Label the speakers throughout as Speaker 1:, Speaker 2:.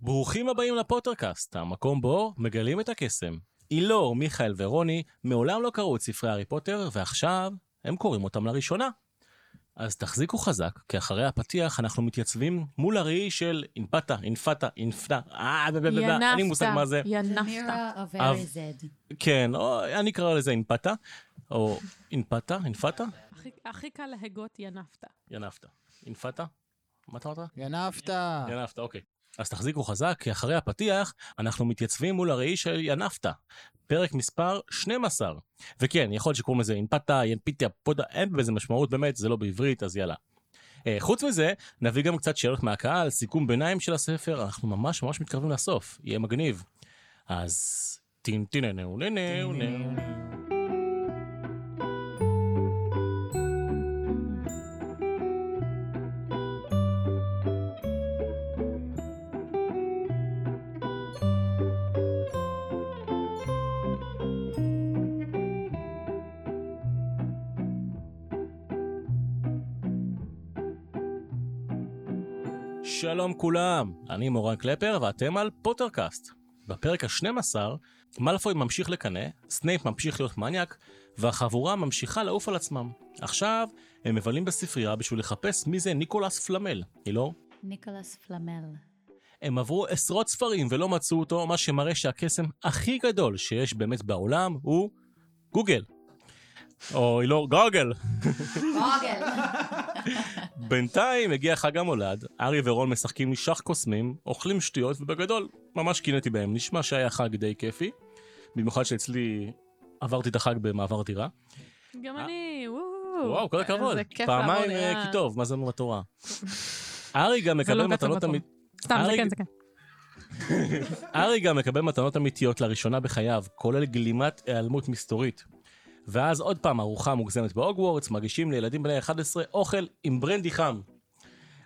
Speaker 1: ברוכים הבאים לפוטרקאסט, המקום בו מגלים את הקסם. אילור, מיכאל ורוני מעולם לא קראו את ספרי הארי פוטר, ועכשיו הם קוראים אותם לראשונה. אז תחזיקו חזק, כי אחרי הפתיח אנחנו מתייצבים מול הראי של אינפתה, אינפתה, אינפתה, אה, בבבבב, אין לי מושג מה זה.
Speaker 2: ינפת.
Speaker 3: Mirror of
Speaker 1: אב.
Speaker 3: Erized.
Speaker 1: כן, או, אני אקרא לזה אינפתה, או אינפתה, אינפתה,
Speaker 2: הכי- הכי קל להגות ינפת.
Speaker 1: ינפת. אינפתה? מה אתה אמרת?
Speaker 4: גנבת.
Speaker 1: ינפת, אוקיי. אז תחזיקו חזק, כי אחרי הפתיח אנחנו מתייצבים מול הראי של ינפת, פרק מספר 12. וכן, יכול להיות שקוראים לזה אינפתה, ינפיתיה, פודה, אין בזה משמעות, באמת, זה לא בעברית, אז יאללה. אה, חוץ מזה, נביא גם קצת שאלות מהקהל, סיכום ביניים של הספר, אנחנו ממש ממש מתקרבים לסוף, יהיה מגניב. אז טינטיננו, ננו, ננו. שלום כולם, אני מורן קלפר ואתם על פוטרקאסט. בפרק ה-12, מאלפוי ממשיך לקנא, סנייפ ממשיך להיות מניאק, והחבורה ממשיכה לעוף על עצמם. עכשיו, הם מבלים בספרייה בשביל לחפש מי זה ניקולס פלמל, אילור.
Speaker 3: ניקולס פלמל.
Speaker 1: הם עברו עשרות ספרים ולא מצאו אותו, מה שמראה שהקסם הכי גדול שיש באמת בעולם הוא גוגל. או אילור, גוגל.
Speaker 3: גוגל.
Speaker 1: בינתיים הגיע חג המולד, ארי ורון משחקים שח קוסמים, אוכלים שטויות ובגדול, ממש קינאתי בהם. נשמע שהיה חג די כיפי, במיוחד שאצלי עברתי את החג במעבר דירה.
Speaker 2: גם
Speaker 1: אה.
Speaker 2: אני, וואו.
Speaker 1: וואו, כל הכבוד.
Speaker 2: זה כיף
Speaker 1: פעמיים
Speaker 2: לעבור
Speaker 1: אה,
Speaker 2: דירה.
Speaker 1: כי טוב, מה זה אומר בתורה? ארי גם
Speaker 2: זה לא
Speaker 1: מקבל
Speaker 2: בעצם
Speaker 1: מתנות אה,
Speaker 2: מקום.
Speaker 1: אמית...
Speaker 2: סתם, זה
Speaker 1: אריק-
Speaker 2: כן, זה כן.
Speaker 1: ארי גם מקבל מתנות אמיתיות לראשונה בחייו, כולל גלימת היעלמות מסתורית. ואז עוד פעם ארוחה מוגזמת בהוגוורטס, מגישים לילדים בני 11 אוכל עם ברנדי חם.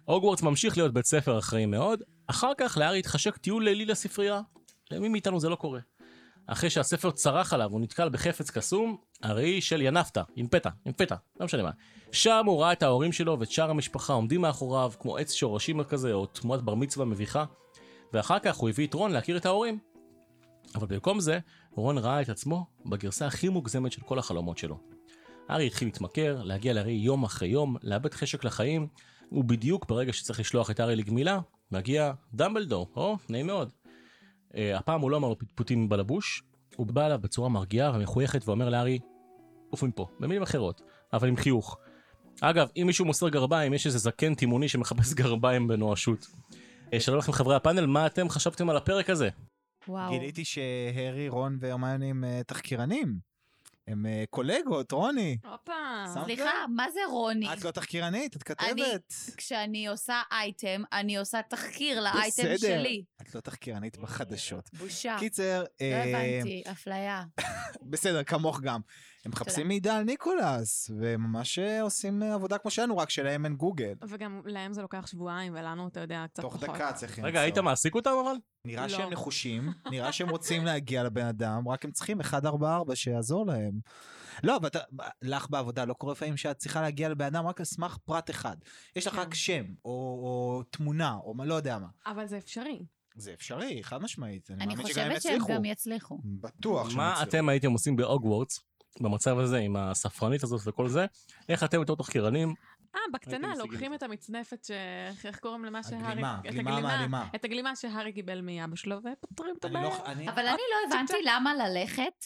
Speaker 1: הוגוורטס ממשיך להיות בית ספר אחראי מאוד, אחר כך לארי התחשק טיול לילי לספרייה. למי מאיתנו זה לא קורה. אחרי שהספר צרח עליו, הוא נתקל בחפץ קסום, הראי של ינפתה, אינפתה, אינפתה, לא משנה מה. שם הוא ראה את ההורים שלו ואת שאר המשפחה עומדים מאחוריו, כמו עץ שורשים כזה, או תמונת בר מצווה מביכה. ואחר כך הוא הביא את רון להכיר את ההורים. אבל במקום זה, רון ראה את עצמו בגרסה הכי מוגזמת של כל החלומות שלו. הארי התחיל להתמכר, להגיע להרי יום אחרי יום, לאבד חשק לחיים, ובדיוק ברגע שצריך לשלוח את הארי לגמילה, מגיע דמבלדור, או, נעים מאוד. אה, הפעם הוא לא אמר לו פטפוטים בלבוש, הוא בא אליו בצורה מרגיעה ומחויכת ואומר להארי, עוף מפה, במילים אחרות, אבל עם חיוך. אגב, אם מישהו מוסר גרביים, יש איזה זקן תימוני שמחפש גרביים בנואשות. אה, שלום לכם חברי הפאנל, מה אתם חשבתם על הפרק הזה?
Speaker 4: כן,
Speaker 3: וואו.
Speaker 4: גיליתי שהרי, רון והרמיון הם אה, תחקירנים. הם אה, קולגות, רוני.
Speaker 2: הופה.
Speaker 4: שם-
Speaker 3: סליחה, מה זה רוני?
Speaker 4: את לא תחקירנית, את כתבת.
Speaker 3: כשאני עושה אייטם, אני עושה תחקיר לאייטם
Speaker 4: בסדר.
Speaker 3: שלי.
Speaker 4: את לא תחקירנית בחדשות.
Speaker 3: בושה.
Speaker 4: קיצר,
Speaker 3: לא
Speaker 4: אה,
Speaker 3: הבנתי, אפליה.
Speaker 4: בסדר, כמוך גם. הם מחפשים מידע על ניקולס, וממש אה, עושים אה, עבודה כמו שלנו, רק שלהם אין גוגל.
Speaker 2: וגם להם זה לוקח שבועיים, ולנו, אתה יודע, קצת
Speaker 4: תוך
Speaker 3: נכון.
Speaker 2: פחות.
Speaker 4: דקה צריכים.
Speaker 1: רגע, היית
Speaker 4: למצוא.
Speaker 1: מעסיק אותם אבל?
Speaker 4: נראה
Speaker 2: לא.
Speaker 4: שהם נחושים, נראה שהם רוצים להגיע לבן אדם, רק הם צריכים 144 שיעזור להם. לא, אבל אתה- לך בעבודה לא קורה לפעמים שאת צריכה להגיע לבן אדם רק על סמך פרט אחד. יש לך
Speaker 2: כן.
Speaker 4: רק שם, או, או תמונה, או מה, לא יודע מה.
Speaker 2: אבל זה אפשרי.
Speaker 4: זה אפשרי, חד משמעית. אני
Speaker 3: אני
Speaker 4: מאמין שגם הם
Speaker 3: חושבת שהם
Speaker 4: יצליחו.
Speaker 3: גם יצליחו.
Speaker 4: בטוח שהם
Speaker 1: מה
Speaker 4: יצליחו.
Speaker 1: אתם הייתם עושים בהוגוורטס, במצב הזה, עם הספרנית הזאת וכל זה? איך אתם בתור תחקירנים?
Speaker 2: אה, בקטנה,
Speaker 1: משיגים
Speaker 2: לוקחים
Speaker 1: את
Speaker 2: את המצנפת ש... איך קוראים למה שהארי...
Speaker 4: הגלימה,
Speaker 2: את
Speaker 4: גלימה מהגלימה.
Speaker 2: את הגלימה שהארי קיבל מאבא שלו, ופותרים את
Speaker 4: אני
Speaker 2: הבעיה. אוקיי.
Speaker 4: לא- אני-
Speaker 3: אבל אני לא הבנתי למה ללכת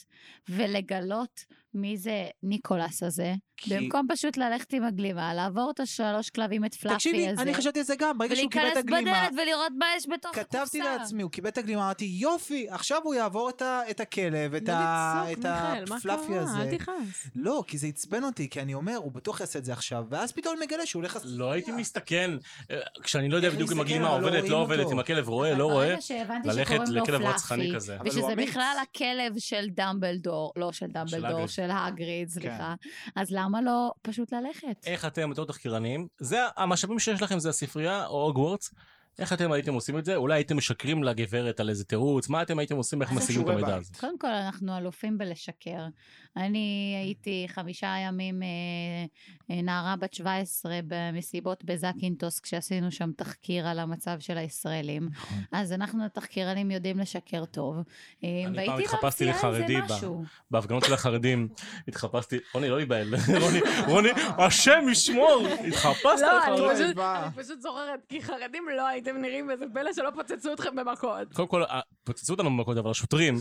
Speaker 3: ולגלות מי זה ניקולס הזה,
Speaker 4: כי-
Speaker 3: במקום פשוט ללכת עם הגלימה, לעבור את השלוש כלבים, את פלאפי הזה.
Speaker 4: תקשיבי, אני חשבתי על זה גם, ברגע שהוא קיבל את
Speaker 3: ולהיכנס
Speaker 4: הגלימה.
Speaker 3: בדלת ולראות מה יש בתוך הקופסה.
Speaker 4: כתבתי לעצמי, הוא קיבל את הגלימה, אמרתי, יופי, עכשיו הוא יעבור את ה- את הכלב, את
Speaker 2: לא
Speaker 4: ה-
Speaker 2: לצעוק,
Speaker 4: את
Speaker 2: מיכאל, מה
Speaker 4: הפלאפי
Speaker 2: קרה?
Speaker 4: הזה.
Speaker 2: אל תכעס.
Speaker 4: לא, כי זה עצבן אותי, כי אני אומר, הוא בטוח יעשה את זה עכשיו, ואז פתאום אני מגלה שהוא הולך... לעשות-
Speaker 1: לא הייתי מסתכן, אה, כשאני לא יודע
Speaker 4: איך
Speaker 1: בדיוק אם
Speaker 4: להסתכל,
Speaker 1: הגלימה
Speaker 4: אבל לא
Speaker 1: עובדת,
Speaker 4: רואים
Speaker 1: לא עובדת,
Speaker 4: אותו.
Speaker 1: אם הכלב רואה,
Speaker 3: אבל
Speaker 1: לא רואה.
Speaker 3: ברגע שהבנתי
Speaker 1: ללכת
Speaker 3: שקוראים לו
Speaker 1: לכלב רצחני
Speaker 3: פלאפי,
Speaker 1: כזה.
Speaker 4: אבל הוא
Speaker 3: ושזה
Speaker 4: אמיץ.
Speaker 3: בכלל הכלב של דמבלדור, לא של דמבלדור,
Speaker 1: הגריד.
Speaker 3: של הגריד, סליחה, אז למה לא פשוט ללכת?
Speaker 1: אה. איך אתם בתור תחקירנים? זה המשאבים שיש לכם, זה הספרייה או הוגוורטס. איך אתם הייתם עושים את זה? אולי הייתם משקרים לגברת על איזה תירוץ? מה אתם הייתם עושים? איך
Speaker 4: זה
Speaker 1: משיגים את
Speaker 4: שיעורי
Speaker 1: המידע
Speaker 4: בית?
Speaker 1: הזה?
Speaker 3: קודם כל, אנחנו אלופים בלשקר. אני הייתי חמישה ימים אה, אה, נערה בת 17 במסיבות בזקינטוס, כשעשינו שם תחקיר על המצב של הישראלים.
Speaker 4: נכון.
Speaker 3: אז אנחנו התחקירנים יודעים לשקר טוב. אה,
Speaker 1: פעם
Speaker 3: והייתי
Speaker 1: התחפשתי
Speaker 3: ממציאה איזה
Speaker 1: לחרדי ב-
Speaker 3: משהו.
Speaker 1: בהפגנות של החרדים התחפשתי, רוני לא ייבהל, רוני, רוני, השם ישמור, התחפשת
Speaker 2: לא,
Speaker 1: לחרדים.
Speaker 2: אני פשוט-
Speaker 4: מה?
Speaker 2: אני פשוט זוכרת, כי חרדים לא הייתם נראים איזה פלא שלא פוצצו אתכם במכות.
Speaker 1: קודם כל, אה, פוצצו אותנו במכות, אבל השוטרים,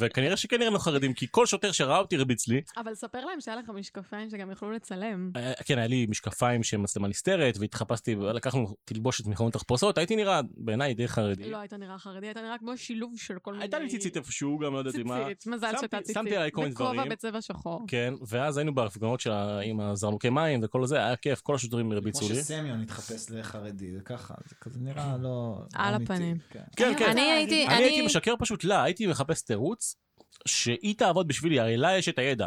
Speaker 1: וכנראה שכן נראינו חרדים, כי כל שוטר שראה אותי הרביץ לי,
Speaker 2: אבל ספר להם שהיה לך משקפיים שגם יכלו לצלם.
Speaker 1: אה, כן, היה לי משקפיים שהם מצלמה נסתרת, והתחפשתי, לקחנו תלבושת מחומות תחפושות, הייתי נראה בעיניי די חרדי.
Speaker 2: לא היית נראה חרדי, היית נראה כמו שילוב של כל מיני...
Speaker 1: אה, הייתה לי ציצית איפשהו, גם לא ידעתי מה.
Speaker 2: ציצית, מזל
Speaker 1: שמתי-
Speaker 2: שאתה ציצית.
Speaker 1: שמתי עליי כל מיני דברים.
Speaker 2: בכובע בצבע שחור.
Speaker 1: כן, ואז היינו בהפגנות של ה- עם הזרנוקי מים וכל זה, היה כיף, כל השוטרים
Speaker 4: כמו
Speaker 1: הרביצו לי.
Speaker 4: שסמיון התחפש לחרדי, זה ככה, זה כזה נראה לא... לא
Speaker 2: על
Speaker 4: אמיתי,
Speaker 2: הפנים.
Speaker 4: כן.
Speaker 1: כן,
Speaker 3: אני
Speaker 1: כן.
Speaker 3: רוצה
Speaker 5: אני
Speaker 3: להגיד-
Speaker 5: הייתי-
Speaker 1: אני הייתי משקר פשוט לה, הייתי מחפש תירוץ שהיא תעבוד בשבילי, הרי לה יש את הידע.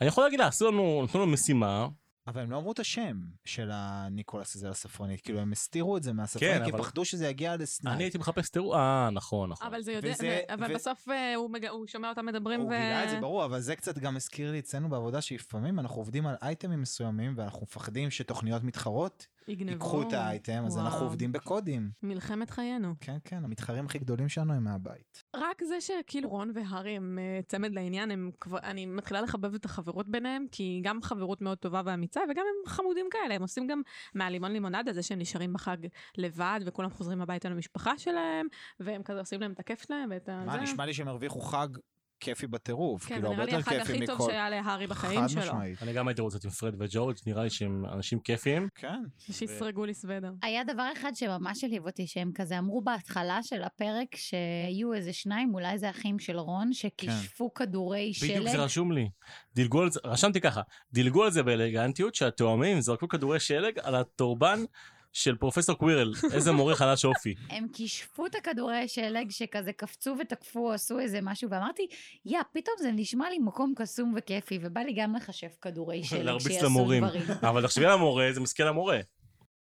Speaker 1: אני יכול להגיד לה, עשו לנו, נתנו לנו משימה,
Speaker 4: אבל הם לא אמרו את השם של הניקולס הזה לספרונית, כאילו הם הסתירו את זה
Speaker 1: כן,
Speaker 4: מהספרונית, כי
Speaker 1: אבל-
Speaker 4: פחדו שזה יגיע לסנאי.
Speaker 1: אני הייתי מחפש תירוץ, אה, נכון, נכון.
Speaker 2: אבל זה יודע,
Speaker 4: וזה-
Speaker 2: אבל
Speaker 4: ו-
Speaker 2: בסוף אה, הוא מג- הוא שומע אותם מדברים ו...
Speaker 4: הוא גילה את זה ברור, אבל זה קצת גם הזכיר לי אצלנו בעבודה שלפעמים אנחנו עובדים על אייטמים מסוימים ואנחנו מפחדים שתוכניות מתחרות
Speaker 2: יגנבו.
Speaker 4: ייקחו את האייטם, אז אנחנו
Speaker 2: וואו.
Speaker 4: עובדים בקודים.
Speaker 2: מלחמת חיינו.
Speaker 4: כן, כן, המתחרים הכי גדולים שלנו הם מהבית.
Speaker 2: רק זה שכאילו רון והארי הם אה, צמד לעניין, הם כבר, אני מתחילה לחבב את החברות ביניהם, כי היא גם חברות מאוד טובה ואמיצה, וגם הם חמודים כאלה, הם עושים גם מהלימון לימונדה, זה שהם נשארים בחג לבד, וכולם חוזרים הביתה למשפחה שלהם, והם כזה עושים להם את הכיף שלהם ואת ה...
Speaker 4: מה,
Speaker 2: אה, זה.
Speaker 4: נשמע לי שהם הרוויחו חג כיפי בטירוף,
Speaker 2: כן, זה
Speaker 4: כאילו הרבה
Speaker 2: נראה לי
Speaker 4: יותר
Speaker 2: החג
Speaker 4: כיפי
Speaker 2: הכי טוב
Speaker 4: מכל...
Speaker 2: שהיה להארי
Speaker 4: חד
Speaker 2: בחיים שלו.
Speaker 4: משמעית.
Speaker 1: אני גם הייתי רוצה להיות עם פרד וג'ורג', נראה לי שהם אנשים כיפיים.
Speaker 4: כן.
Speaker 2: שיסרגו לי סוודר.
Speaker 3: היה דבר אחד שממש הלהיב אותי, שהם כזה אמרו בהתחלה של הפרק שהיו איזה שניים, אולי זה אחים של רון, שכישפו כדורי שלג.
Speaker 1: כן. בדיוק זה לא- רשום לי. דילגו על זה, רשמתי ככה, דילגו על זה באלגנטיות שהתואמים זרקו כדורי שלג על הטורבן של פרופסור קווירל, איזה מורה חלש אופי.
Speaker 3: הם כישפו את הכדורי שלג שכזה קפצו ותקפו, עשו איזה משהו, ואמרתי, יא, פתאום זה נשמע לי מקום קסום וכיפי, ובא לי גם לחשב כדורי שלג
Speaker 1: להרביץ
Speaker 3: שיעשו
Speaker 1: למורים.
Speaker 3: דברים.
Speaker 1: אבל תחשבי על המורה, זה מסכן המורה.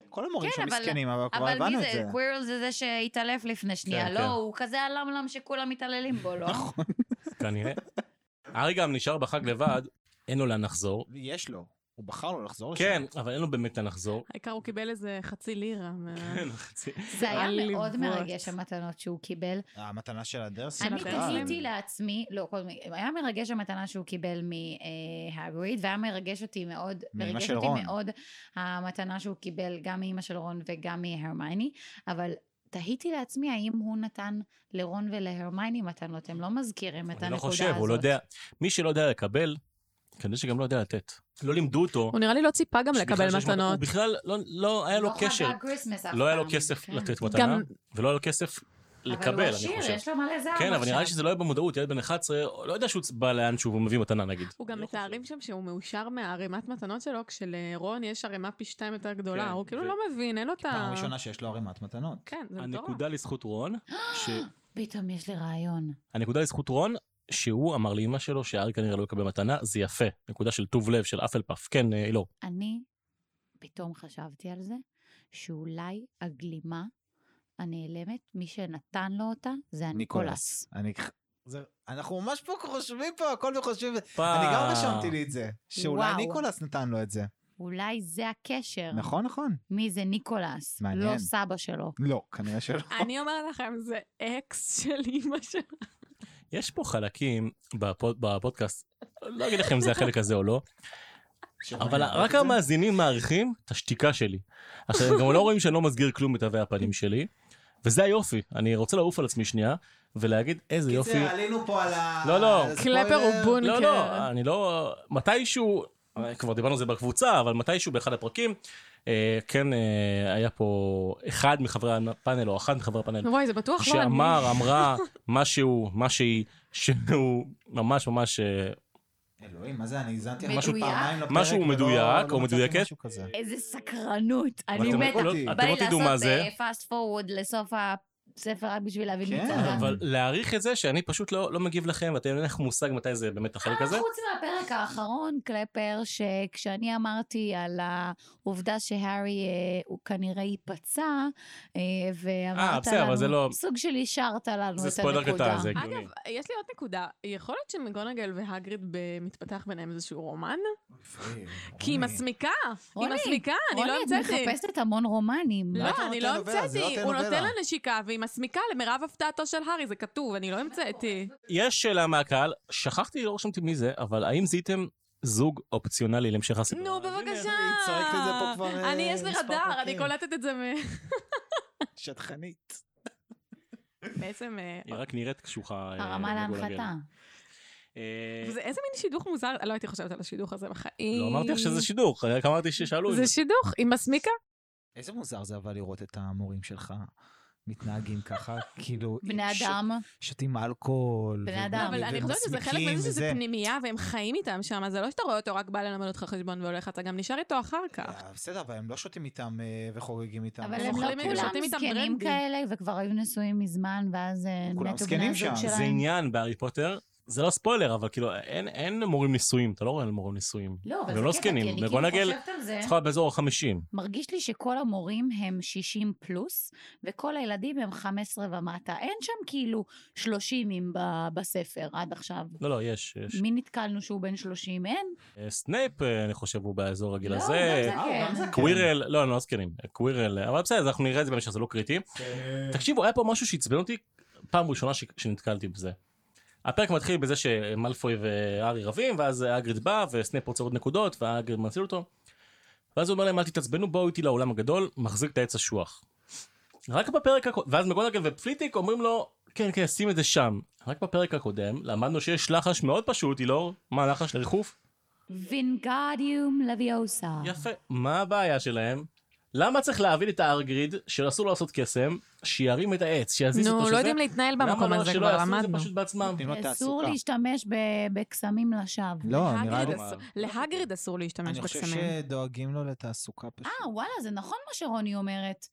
Speaker 4: כל המורים
Speaker 3: כן,
Speaker 4: שם
Speaker 3: אבל-
Speaker 4: מסכנים, אבל כבר
Speaker 3: אבל
Speaker 4: הבנו
Speaker 3: מי
Speaker 4: את
Speaker 3: זה?
Speaker 4: זה.
Speaker 3: קווירל זה זה שהתעלף לפני שנייה,
Speaker 1: כן,
Speaker 3: לא,
Speaker 1: כן.
Speaker 3: הוא כזה הלמלם שכולם מתעללים בו, לא?
Speaker 4: נכון.
Speaker 1: כנראה. ארי גם נשאר בחג לבד, אין לו לאן לחזור.
Speaker 4: יש לו. הוא בחר לו לחזור לשם.
Speaker 1: כן, אבל אין לו באמת לאן לחזור.
Speaker 2: העיקר הוא קיבל איזה חצי לירה. מה-
Speaker 1: כן, חצי.
Speaker 3: זה היה
Speaker 2: העליבות.
Speaker 3: מאוד מרגש המתנות שהוא קיבל.
Speaker 4: המתנה של הדרס.
Speaker 3: אני
Speaker 2: שלכם.
Speaker 3: תהיתי לעצמי, לא, כל מיני, היה מרגש המתנה שהוא קיבל מהגריד, והיה מרגש אותי מאוד,
Speaker 4: מאמא
Speaker 3: מרגש
Speaker 4: של
Speaker 3: אותי
Speaker 4: רון.
Speaker 3: מאוד המתנה שהוא קיבל גם מאימא של רון וגם מהרמייני, אבל תהיתי לעצמי האם הוא נתן לרון ולהרמייני מתנות, הם לא מזכירים את הנקודה הזאת.
Speaker 1: אני לא חושב, הוא לא יודע. מי שלא יודע לקבל, כנראה שגם לא יודע לתת. לא לימדו אותו.
Speaker 2: הוא נראה לי לא ציפה גם
Speaker 1: שבכלל
Speaker 2: לקבל
Speaker 1: שיש מ-
Speaker 2: מתנות.
Speaker 1: הוא בכלל לא- לא היה לו קשר. לא היה לו כסף לתת מתנה,
Speaker 2: גם-
Speaker 1: ולא היה לו כסף לקבל,
Speaker 3: אבל
Speaker 1: אני
Speaker 3: כן. הוא עשיר,
Speaker 1: חושב.
Speaker 3: יש לו מלא זהב
Speaker 1: כן, אבל נראה לי
Speaker 3: עכשיו.
Speaker 1: שזה לא יהיה במודעות, ילד בן 11, לא יודע שהוא בא לאן שהוא מביא מתנה נגיד.
Speaker 2: הוא גם
Speaker 1: אני לא
Speaker 2: מתארים שם שהוא מאושר מהערימת מתנות שלו, כשלרון יש ערימה פי שתיים יותר
Speaker 1: כן,
Speaker 2: גדולה. הוא כאילו
Speaker 1: ו-
Speaker 2: לא מבין, אין לו את ה...
Speaker 4: פעם ראשונה שיש לו ערימת מתנות.
Speaker 2: כן, זה
Speaker 1: חושב.
Speaker 2: מטורף.
Speaker 1: הנקודה לזכות רון, ש...
Speaker 3: פתאום יש לי רעיון.
Speaker 1: הנקודה לזכות רון, שהוא אמר לאמא שלו שהארי כנראה לא יקבל מתנה, זה יפה. נקודה של טוב לב, של אפל פאף. כן, אה, לא.
Speaker 3: אני פתאום חשבתי על זה, שאולי הגלימה הנעלמת, מי שנתן לו אותה, זה הניקולס.
Speaker 4: ניקולס. אני... זה- אנחנו ממש פה חושבים פה, הכל וחושבים...
Speaker 1: פעם.
Speaker 4: אני גם רשמתי לי את זה. שאולי
Speaker 3: וואו.
Speaker 4: ניקולס נתן לו את זה.
Speaker 3: אולי זה הקשר.
Speaker 2: כן.
Speaker 4: נכון, נכון.
Speaker 3: מי זה ניקולס,
Speaker 4: מעניין.
Speaker 3: לא סבא שלו.
Speaker 4: לא, כנראה שלא.
Speaker 2: אני אומרת לכם, זה אקס של אימא שלו.
Speaker 1: יש פה חלקים בפוד- בפודקאסט, לא אגיד לכם אם זה החלק הזה או לא, אבל רק המאזינים מעריכים את השתיקה שלי. עכשיו, הם גם לא רואים שאני לא מסגיר כלום בתווי הפנים שלי, וזה היופי. אני רוצה לעוף על עצמי שנייה, ולהגיד איזה יופי.
Speaker 4: קיצר, עלינו פה על ה...
Speaker 1: לא, לא.
Speaker 4: על הספוילר.
Speaker 2: קלפר הוא בונקר.
Speaker 1: לא, לא, אני לא... מתישהו, אה, כבר דיברנו על זה בקבוצה, אבל מתישהו באחד הפרקים, אה, כן, אה, היה פה אחד מחברי הפאנל, או אחת מחברי הפאנל,
Speaker 2: וואי, זה בטוח לא אני.
Speaker 1: שאמר, אמרה, משהו, מה שהיא, שהוא ממש ממש... אה,
Speaker 4: אלוהים, מה זה, אני האזנתי
Speaker 3: משהו-
Speaker 4: פעמיים לפרק.
Speaker 1: משהו
Speaker 4: ולא-
Speaker 1: מדויק,
Speaker 4: לא
Speaker 1: או
Speaker 4: מצאתי
Speaker 1: מדויקת.
Speaker 4: משהו כזה.
Speaker 3: איזה סקרנות, אני
Speaker 1: אתם-
Speaker 3: מתה.
Speaker 1: לא-
Speaker 4: אותי.
Speaker 3: אה,
Speaker 1: אתם לא תדעו מה זה.
Speaker 3: פאסט פורוד לסוף ה- ספר רק בשביל להבין
Speaker 4: כן,
Speaker 3: מצרה.
Speaker 1: אה, אבל להעריך את זה שאני פשוט לא לא מגיב לכם, ואתם אין לכם מושג מתי זה באמת החלק הזה.
Speaker 3: אה, חוץ מהפרק האחרון, קלפר, שכשאני אמרתי על העובדה שהארי אה, הוא כנראה ייפצע, אה,
Speaker 1: אה,
Speaker 3: ואמרת
Speaker 1: בסדר, אבל
Speaker 3: לנו,
Speaker 1: זה לא-
Speaker 3: סוג של אישרת לנו את הנקודה.
Speaker 1: זה ספוילר קטן, זה הגיוני.
Speaker 2: אגב, יש לי עוד נקודה, יכול להיות שמגונגל והגריד ב- מתפתח ביניהם איזשהו רומן? כי היא מסמיקה, היא
Speaker 3: רוני,
Speaker 2: מסמיקה, אני לא
Speaker 3: רוני,
Speaker 2: המצאתי.
Speaker 3: את מחפשת המון רומנים.
Speaker 2: לא,
Speaker 4: אתה
Speaker 2: אני
Speaker 4: נותן
Speaker 2: לא
Speaker 4: נובלה? זה לא
Speaker 2: המצאתי, הוא
Speaker 4: טלנובלה.
Speaker 2: נותן לה נשיקה והיא מסמיקה למרב הפתעתו של הארי, זה כתוב, אני לא המצאתי.
Speaker 1: יש שאלה מהקהל, שכחתי, לא רשמתי מי זה, אבל האם זיהיתם זוג אופציונלי להמשך הסיפור?
Speaker 2: נו,
Speaker 4: היא
Speaker 2: בבקשה.
Speaker 4: צועקת את זה פה כבר, אה,
Speaker 2: אני, יש לי
Speaker 4: מספר
Speaker 2: רדאר, אני
Speaker 4: פרקים.
Speaker 2: קולטת את זה מ...
Speaker 4: שטחנית.
Speaker 2: בעצם... אה,
Speaker 1: היא רק נראית קשוחה. אה,
Speaker 3: הרמה
Speaker 1: מגולגלת.
Speaker 3: להנחתה.
Speaker 1: אה,
Speaker 2: זה איזה מין שידוך מוזר, לא הייתי חושבת על השידוך הזה בחיים.
Speaker 1: לא אמרתי לך שזה שידוך, רק אמרתי ששאלו. אם
Speaker 2: זה שידוך, היא מסמיקה.
Speaker 4: איזה מוזר זה אבל לראות את המורים שלך מתנהגים ככה, כאילו...
Speaker 3: בני
Speaker 4: ש-
Speaker 3: אדם,
Speaker 4: שותים אלכוהול.
Speaker 3: בני
Speaker 4: ו- לא,
Speaker 3: אדם.
Speaker 2: אבל אני חושבת שזה חלק
Speaker 4: ומסמיקים
Speaker 2: מזה שזה
Speaker 4: וזה.
Speaker 2: פנימייה, והם חיים איתם שם, אז זה לא שאתה רואה אותו רק בא ללמד אותך חשבון והולך, אתה גם נשאר איתו אחר כך.
Speaker 4: אה, בסדר, אבל הם לא שותים איתם אה, וחוגגים איתם.
Speaker 3: אבל
Speaker 2: הם
Speaker 3: הם לא
Speaker 2: אוכלים-
Speaker 3: כולם
Speaker 2: שותים איתם
Speaker 3: זקנים
Speaker 2: ברנדי.
Speaker 3: כאלה, וכבר היו נשואים מזמן, ואז אה,
Speaker 4: כולם
Speaker 3: מתו בני
Speaker 4: זקנים
Speaker 3: הזוג
Speaker 4: שם, זה
Speaker 1: זה
Speaker 3: שלהם.
Speaker 1: עניין בהארי פוטר, זה לא ספוילר, אבל כאילו, אין- אין מורים נישואים, אתה לא רואה מורים נישואים.
Speaker 3: לא, אבל
Speaker 1: הם לא
Speaker 3: זה קטע, כי
Speaker 1: זקנים,
Speaker 3: אני כאילו
Speaker 1: מגונגל-
Speaker 3: חושבת על זה.
Speaker 1: צריכה באזור ה-50.
Speaker 3: מרגיש לי שכל המורים הם 60 פלוס, וכל הילדים הם 15 ומטה. אין שם כאילו 30 אם ב- בספר עד עכשיו.
Speaker 1: לא, לא, יש, יש.
Speaker 3: מי נתקלנו שהוא בן 30? אין.
Speaker 1: אה, סנייפ, אה, אני חושב, הוא באזור הגיל
Speaker 3: לא,
Speaker 1: הזה.
Speaker 2: אה,
Speaker 3: גם זקן.
Speaker 1: קווירל, לא, הם לא זקנים, קווירל, אבל בסדר, אז אנחנו נראה את זה בהמשך, זה לא קריטי. תקשיבו, היה פה משהו שעצבן אותי פעם ראשונה ש- שנתקלתי בזה. הפרק מתחיל בזה שמלפוי והארי רבים, ואז אגריד בא, וסנייפ רוצה עוד נקודות, והאגריד מציל אותו. ואז הוא אומר להם, אל תתעצבנו, בואו איתי לאולם הגדול, מחזיק את העץ אשוח. רק בפרק הקודם, ואז מגונגל ופליטיק אומרים לו, כן, כן, שים את זה שם. רק בפרק הקודם, למדנו שיש לחש מאוד פשוט, אילור, מה לחש לריחוף?
Speaker 3: וינגרדיום לוויוסה.
Speaker 1: יפה. מה הבעיה שלהם? למה צריך להבין את הארגריד, שאסור לו לעשות קסם, שירים את העץ, שיזיז אותו
Speaker 2: נו,
Speaker 1: שזה?
Speaker 2: לא יודעים להתנהל
Speaker 1: למה
Speaker 2: במקום
Speaker 1: לא-
Speaker 2: הזה,
Speaker 1: שלא
Speaker 2: כבר
Speaker 1: יעשו את זה
Speaker 2: למדנו.
Speaker 1: פשוט בעצמם.
Speaker 4: נותנים לו
Speaker 3: אסור
Speaker 4: לא תעסוקה.
Speaker 3: להשתמש ב- בקסמים לשווא.
Speaker 4: לא, נראה לי...
Speaker 2: להגריד
Speaker 1: לי-
Speaker 2: אסור- להגריד אסור להשתמש
Speaker 4: אני חושב
Speaker 2: בקסמים.
Speaker 4: שדואגים לו לתעסוקה פשוט.
Speaker 3: אה, וואלה, זה נכון מה שרוני אומרת.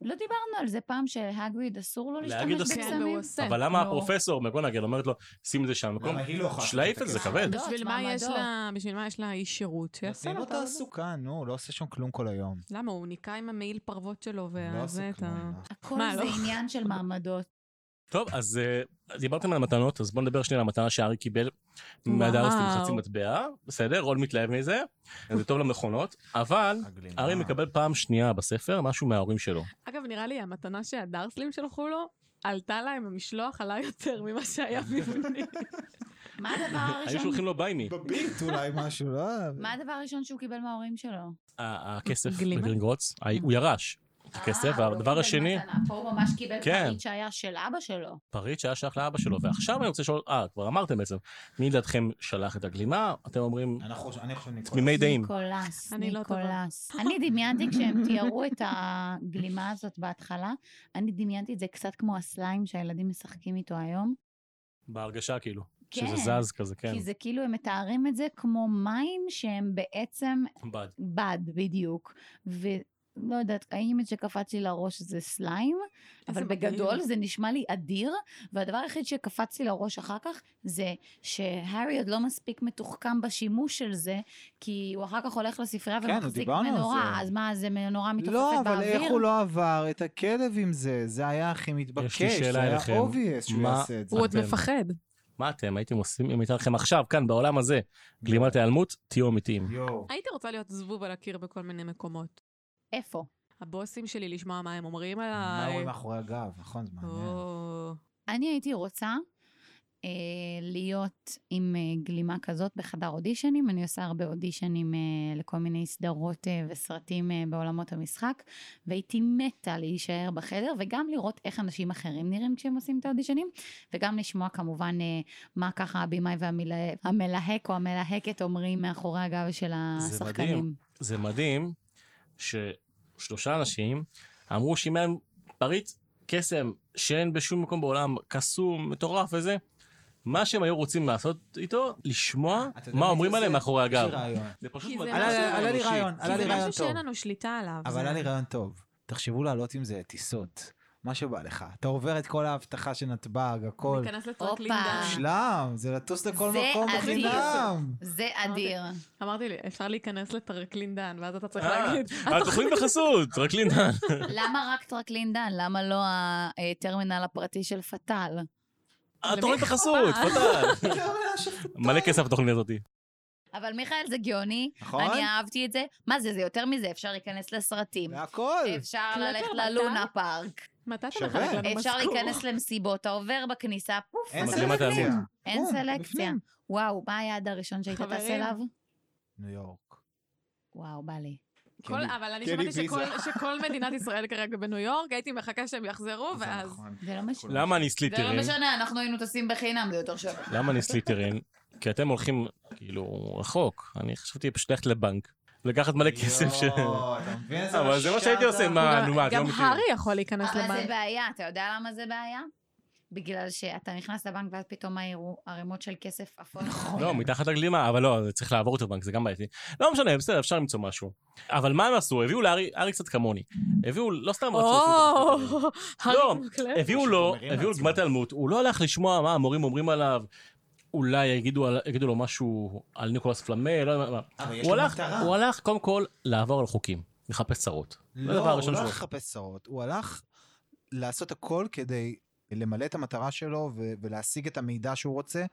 Speaker 3: לא דיברנו על זה פעם שלהגריד אסור לו
Speaker 1: להגיד
Speaker 3: להשתמש
Speaker 1: אסור.
Speaker 2: כן, והוא
Speaker 3: בקסמים?
Speaker 2: עושה.
Speaker 1: אבל למה
Speaker 3: לא.
Speaker 1: הפרופסור מגונגל אומרת לו, שים את זה שם במקום?
Speaker 4: היא לא יכולה
Speaker 1: שלעיף
Speaker 4: לעשות
Speaker 1: את זה
Speaker 4: את הכסף?
Speaker 1: כבד.
Speaker 3: מעמדות,
Speaker 2: בשביל מה יש
Speaker 3: מעמדות.
Speaker 2: לה, בשביל מה יש לה איש שירות? שיעשה
Speaker 4: נותנים
Speaker 2: לה
Speaker 4: לו
Speaker 2: את העבודה.
Speaker 4: תעסוקה, נו, לא עושה שם כלום כל היום.
Speaker 2: למה, הוא ניקה עם המעיל פרוות שלו,
Speaker 4: לא עושה
Speaker 2: וזה את ה...
Speaker 4: כלום.
Speaker 3: הכל
Speaker 2: מה,
Speaker 3: זה
Speaker 2: לא?
Speaker 3: עניין של מעמדות.
Speaker 1: טוב, אז אה, דיברתם על מתנות, אז בואו נדבר שנייה על המתנה שהארי קיבל מהדארס עם
Speaker 2: וואו.
Speaker 1: חצי מטבע. בסדר, רון מתלהב מזה, זה טוב למכונות, אבל
Speaker 4: הגלימה.
Speaker 1: הארי מקבל פעם שנייה בספר משהו מההורים שלו.
Speaker 2: אגב, נראה לי המתנה שהדרסלים שלחו לו, עלתה להם, המשלוח עלה יותר ממה שהיה מבנים.
Speaker 3: מה הדבר
Speaker 1: היו
Speaker 3: הראשון?
Speaker 1: שולחים לו ביימי.
Speaker 4: בביט אולי משהו, לא?
Speaker 3: מה הדבר הראשון שהוא קיבל מההורים שלו?
Speaker 1: ה- הכסף
Speaker 2: גלימה?
Speaker 1: בגרינגרוץ, ה- הוא ירש את הכסף,
Speaker 3: אה, לא
Speaker 1: והדבר
Speaker 3: קיבל
Speaker 1: השני,
Speaker 3: מתנה, פה הוא ממש קיבל
Speaker 1: כן.
Speaker 3: פריט שהיה של אבא שלו.
Speaker 1: פריט שהיה שייך לאבא שלו, ועכשיו אני רוצה לשאול, אה, כבר אמרתם בעצם, מי לדעתכם שלח את הגלימה? אתם אומרים,
Speaker 4: אנחנו- אני חושב ניקולס.
Speaker 1: תמימי דעים.
Speaker 3: ניקולס,
Speaker 2: אני לא טובה.
Speaker 3: ניקולס. אני דמיינתי כשהם תיארו את הגלימה הזאת בהתחלה, אני דמיינתי את זה קצת כמו הסליים שהילדים משחקים איתו היום.
Speaker 1: בהרגשה כאילו,
Speaker 3: כן.
Speaker 1: שזה זז כזה, כן,
Speaker 3: כי זה כאילו, הם מתארים את זה כמו מים שהם בעצם
Speaker 1: בד.
Speaker 3: בד בדיוק. ולא יודעת, האימג' שקפץ לי לראש זה סליים,
Speaker 2: איזה
Speaker 3: אבל
Speaker 2: מדהים.
Speaker 3: בגדול זה נשמע לי אדיר, והדבר היחיד שקפץ לי לראש אחר כך זה שהארי עוד לא מספיק מתוחכם בשימוש של זה, כי הוא אחר כך הולך לספרייה
Speaker 4: כן,
Speaker 3: ומחזיק
Speaker 4: דיברנו על
Speaker 3: מנורה,
Speaker 4: זה.
Speaker 3: אז מה, זה מנורה מתעופפת
Speaker 4: לא,
Speaker 3: באוויר?
Speaker 4: אבל איך הוא לא עבר את הכלב עם זה? זה היה הכי
Speaker 1: יש
Speaker 4: מתבקש,
Speaker 1: לי שאלה
Speaker 4: זה היה
Speaker 1: אליכם.
Speaker 4: obvious שהוא
Speaker 1: מה-
Speaker 4: יעשה את זה.
Speaker 2: הוא עוד
Speaker 1: אתם.
Speaker 2: מפחד.
Speaker 1: מה אתם הייתם עושים אם הייתה לכם עכשיו, כאן, בעולם הזה,
Speaker 3: לא.
Speaker 1: גלימת היעלמות? תהיו אמיתיים.
Speaker 4: יואו.
Speaker 2: הייתי רוצה להיות זבוב על הקיר בכל מיני מקומות.
Speaker 3: איפה?
Speaker 2: הבוסים שלי, לשמוע מה הם אומרים עליי.
Speaker 4: מה רואים מאחורי הגב? נכון, זה מעניין.
Speaker 2: או,
Speaker 3: אני הייתי רוצה אה, להיות עם אה, גלימה כזאת בחדר אודישנים. אני עושה הרבה אודישנים אה, לכל מיני סדרות אה, וסרטים אה, בעולמות המשחק, והייתי מתה להישאר בחדר, וגם לראות איך אנשים אחרים נראים כשהם עושים את האודישנים, וגם לשמוע כמובן אה, מה ככה הבמאי והמלהק או המלהקת אומרים מאחורי הגב של
Speaker 1: זה
Speaker 3: השחקנים.
Speaker 1: מדהים. זה מדהים ששלושה אנשים אמרו שאם היה פריט קסם שאין בשום מקום בעולם, קסום, מטורף וזה, מה שהם היו רוצים לעשות איתו, לשמוע
Speaker 4: אתה יודע
Speaker 1: מה
Speaker 4: מי
Speaker 1: אומרים
Speaker 4: זה?
Speaker 1: עליהם מאחורי
Speaker 4: יש לי
Speaker 1: הגב.
Speaker 4: רעיון.
Speaker 1: זה פשוט
Speaker 2: כי זה
Speaker 1: מדהים.
Speaker 2: משהו- עלה- עלה
Speaker 4: לי
Speaker 1: אנושי.
Speaker 4: רעיון, עלה
Speaker 2: כי
Speaker 4: לי
Speaker 2: זה
Speaker 4: רעיון
Speaker 2: משהו
Speaker 4: טוב.
Speaker 2: שאין לנו שליטה עליו.
Speaker 4: אבל
Speaker 2: זה-
Speaker 4: היה לי רעיון טוב. תחשבו לעלות עם זה לטיסות. מה שבא לך. אתה עובר את כל האבטחה של נתב"ג, הכל.
Speaker 2: ניכנס
Speaker 3: הופה.
Speaker 2: לטרקלינדה.
Speaker 4: מושלם, זה לטוס לכל
Speaker 3: זה
Speaker 4: מקום
Speaker 3: אדיר.
Speaker 4: בחינם.
Speaker 3: זה
Speaker 2: אמרתי-
Speaker 3: אדיר.
Speaker 2: אמרתי לי, אפשר להיכנס לטרקלינדן, ואז אתה צריך
Speaker 1: אה,
Speaker 2: להגיד,
Speaker 1: התוכנית בחסות, רק לינדן.
Speaker 3: למה רק טרקלינדן? למה לא הטרמינל הפרטי של פתאל?
Speaker 1: התוכנית
Speaker 2: למי
Speaker 1: בחסות,
Speaker 2: אכפת?
Speaker 1: פתאל. מלא כסף בתוכנית הזאת.
Speaker 3: אבל מיכאל זה גאוני,
Speaker 4: נכון?
Speaker 3: אני אהבתי את זה. מה זה, זה יותר מזה, אפשר להיכנס לסרטים.
Speaker 4: הכל.
Speaker 3: אפשר
Speaker 2: קלטר,
Speaker 3: ללכת
Speaker 2: מתי?
Speaker 3: ללונה פארק.
Speaker 2: מתי אתה
Speaker 4: שווה.
Speaker 2: מחלק לנו משכורת?
Speaker 3: אפשר להיכנס למסיבות, אתה עובר בכניסה, פוף.
Speaker 4: אין
Speaker 1: מצלמת
Speaker 4: סלקציה.
Speaker 1: העמוד.
Speaker 3: אין
Speaker 4: בום,
Speaker 3: סלקציה.
Speaker 4: בפנים.
Speaker 3: וואו, מה היעד הראשון שהיית טס
Speaker 2: חברים.
Speaker 3: אליו?
Speaker 4: ניו יורק.
Speaker 3: וואו, בא לי.
Speaker 2: כל-
Speaker 4: כן,
Speaker 2: אבל אני
Speaker 4: כן,
Speaker 2: שמעתי
Speaker 4: לי
Speaker 2: שכל- שכל מדינת ישראל כרגע בניו יורק, הייתי מחכה שהם יחזרו,
Speaker 4: זה
Speaker 2: ואז...
Speaker 4: נכון.
Speaker 3: זה לא משנה.
Speaker 1: למה אני
Speaker 3: זה לא
Speaker 1: סליטרן?
Speaker 3: משנה, אנחנו היינו טסים בחינם, זה יותר שווה.
Speaker 1: למה אני סליטרן? כי אתם הולכים, כאילו, רחוק. אני חשבתי פשוט ללכת לבנק, לקחת מלא כסף ש...
Speaker 4: יואו, אתה מבין איזה
Speaker 1: אבל זה מה
Speaker 4: משקעת?
Speaker 1: שהייתי עושה, מה,
Speaker 2: גם-
Speaker 1: נו מה, את
Speaker 2: גם
Speaker 1: לא מכירים.
Speaker 2: הארי יכול להיכנס
Speaker 3: אבל אה, זה
Speaker 2: לבנק.
Speaker 3: בעיה, אתה יודע למה זה בעיה? בגלל שאתה נכנס לבנק ואז פתאום העירו ערימות של כסף עפות. נכון.
Speaker 1: לא, מתחת לגלימה, אבל לא, זה צריך לעבור את הבנק, זה גם בעייתי. לא משנה, בסדר, אפשר למצוא משהו. אבל מה הם עשו? הביאו לארי, ארי קצת כמוני. הביאו, לא סתם רצו...
Speaker 2: או,
Speaker 1: לעשות את
Speaker 2: הארי
Speaker 1: לא,
Speaker 2: מקלב.
Speaker 1: זה. הביאו
Speaker 4: פשוט
Speaker 1: לו,
Speaker 4: אומרים
Speaker 1: הביאו
Speaker 4: לעצמם.
Speaker 1: לגמת תלמוד, הוא לא הלך לשמוע מה המורים אומרים עליו, אולי יגידו על- יגידו לו משהו על ניקולס פלמה, לא יודע מה.
Speaker 4: אבל יש
Speaker 1: הוא
Speaker 4: לו
Speaker 1: הלך,
Speaker 4: מטרה.
Speaker 1: הוא הלך קודם כל לעבור על חוקים, לחפש צרות. זה
Speaker 4: לא,
Speaker 1: הדבר
Speaker 4: הוא
Speaker 1: הראשון
Speaker 4: לא
Speaker 1: שלו.
Speaker 4: הלך לחפש צרות, הוא הלך לעשות הכל כדי למלא את המטרה שלו ו- ולהשיג את המידע שהוא רוצה,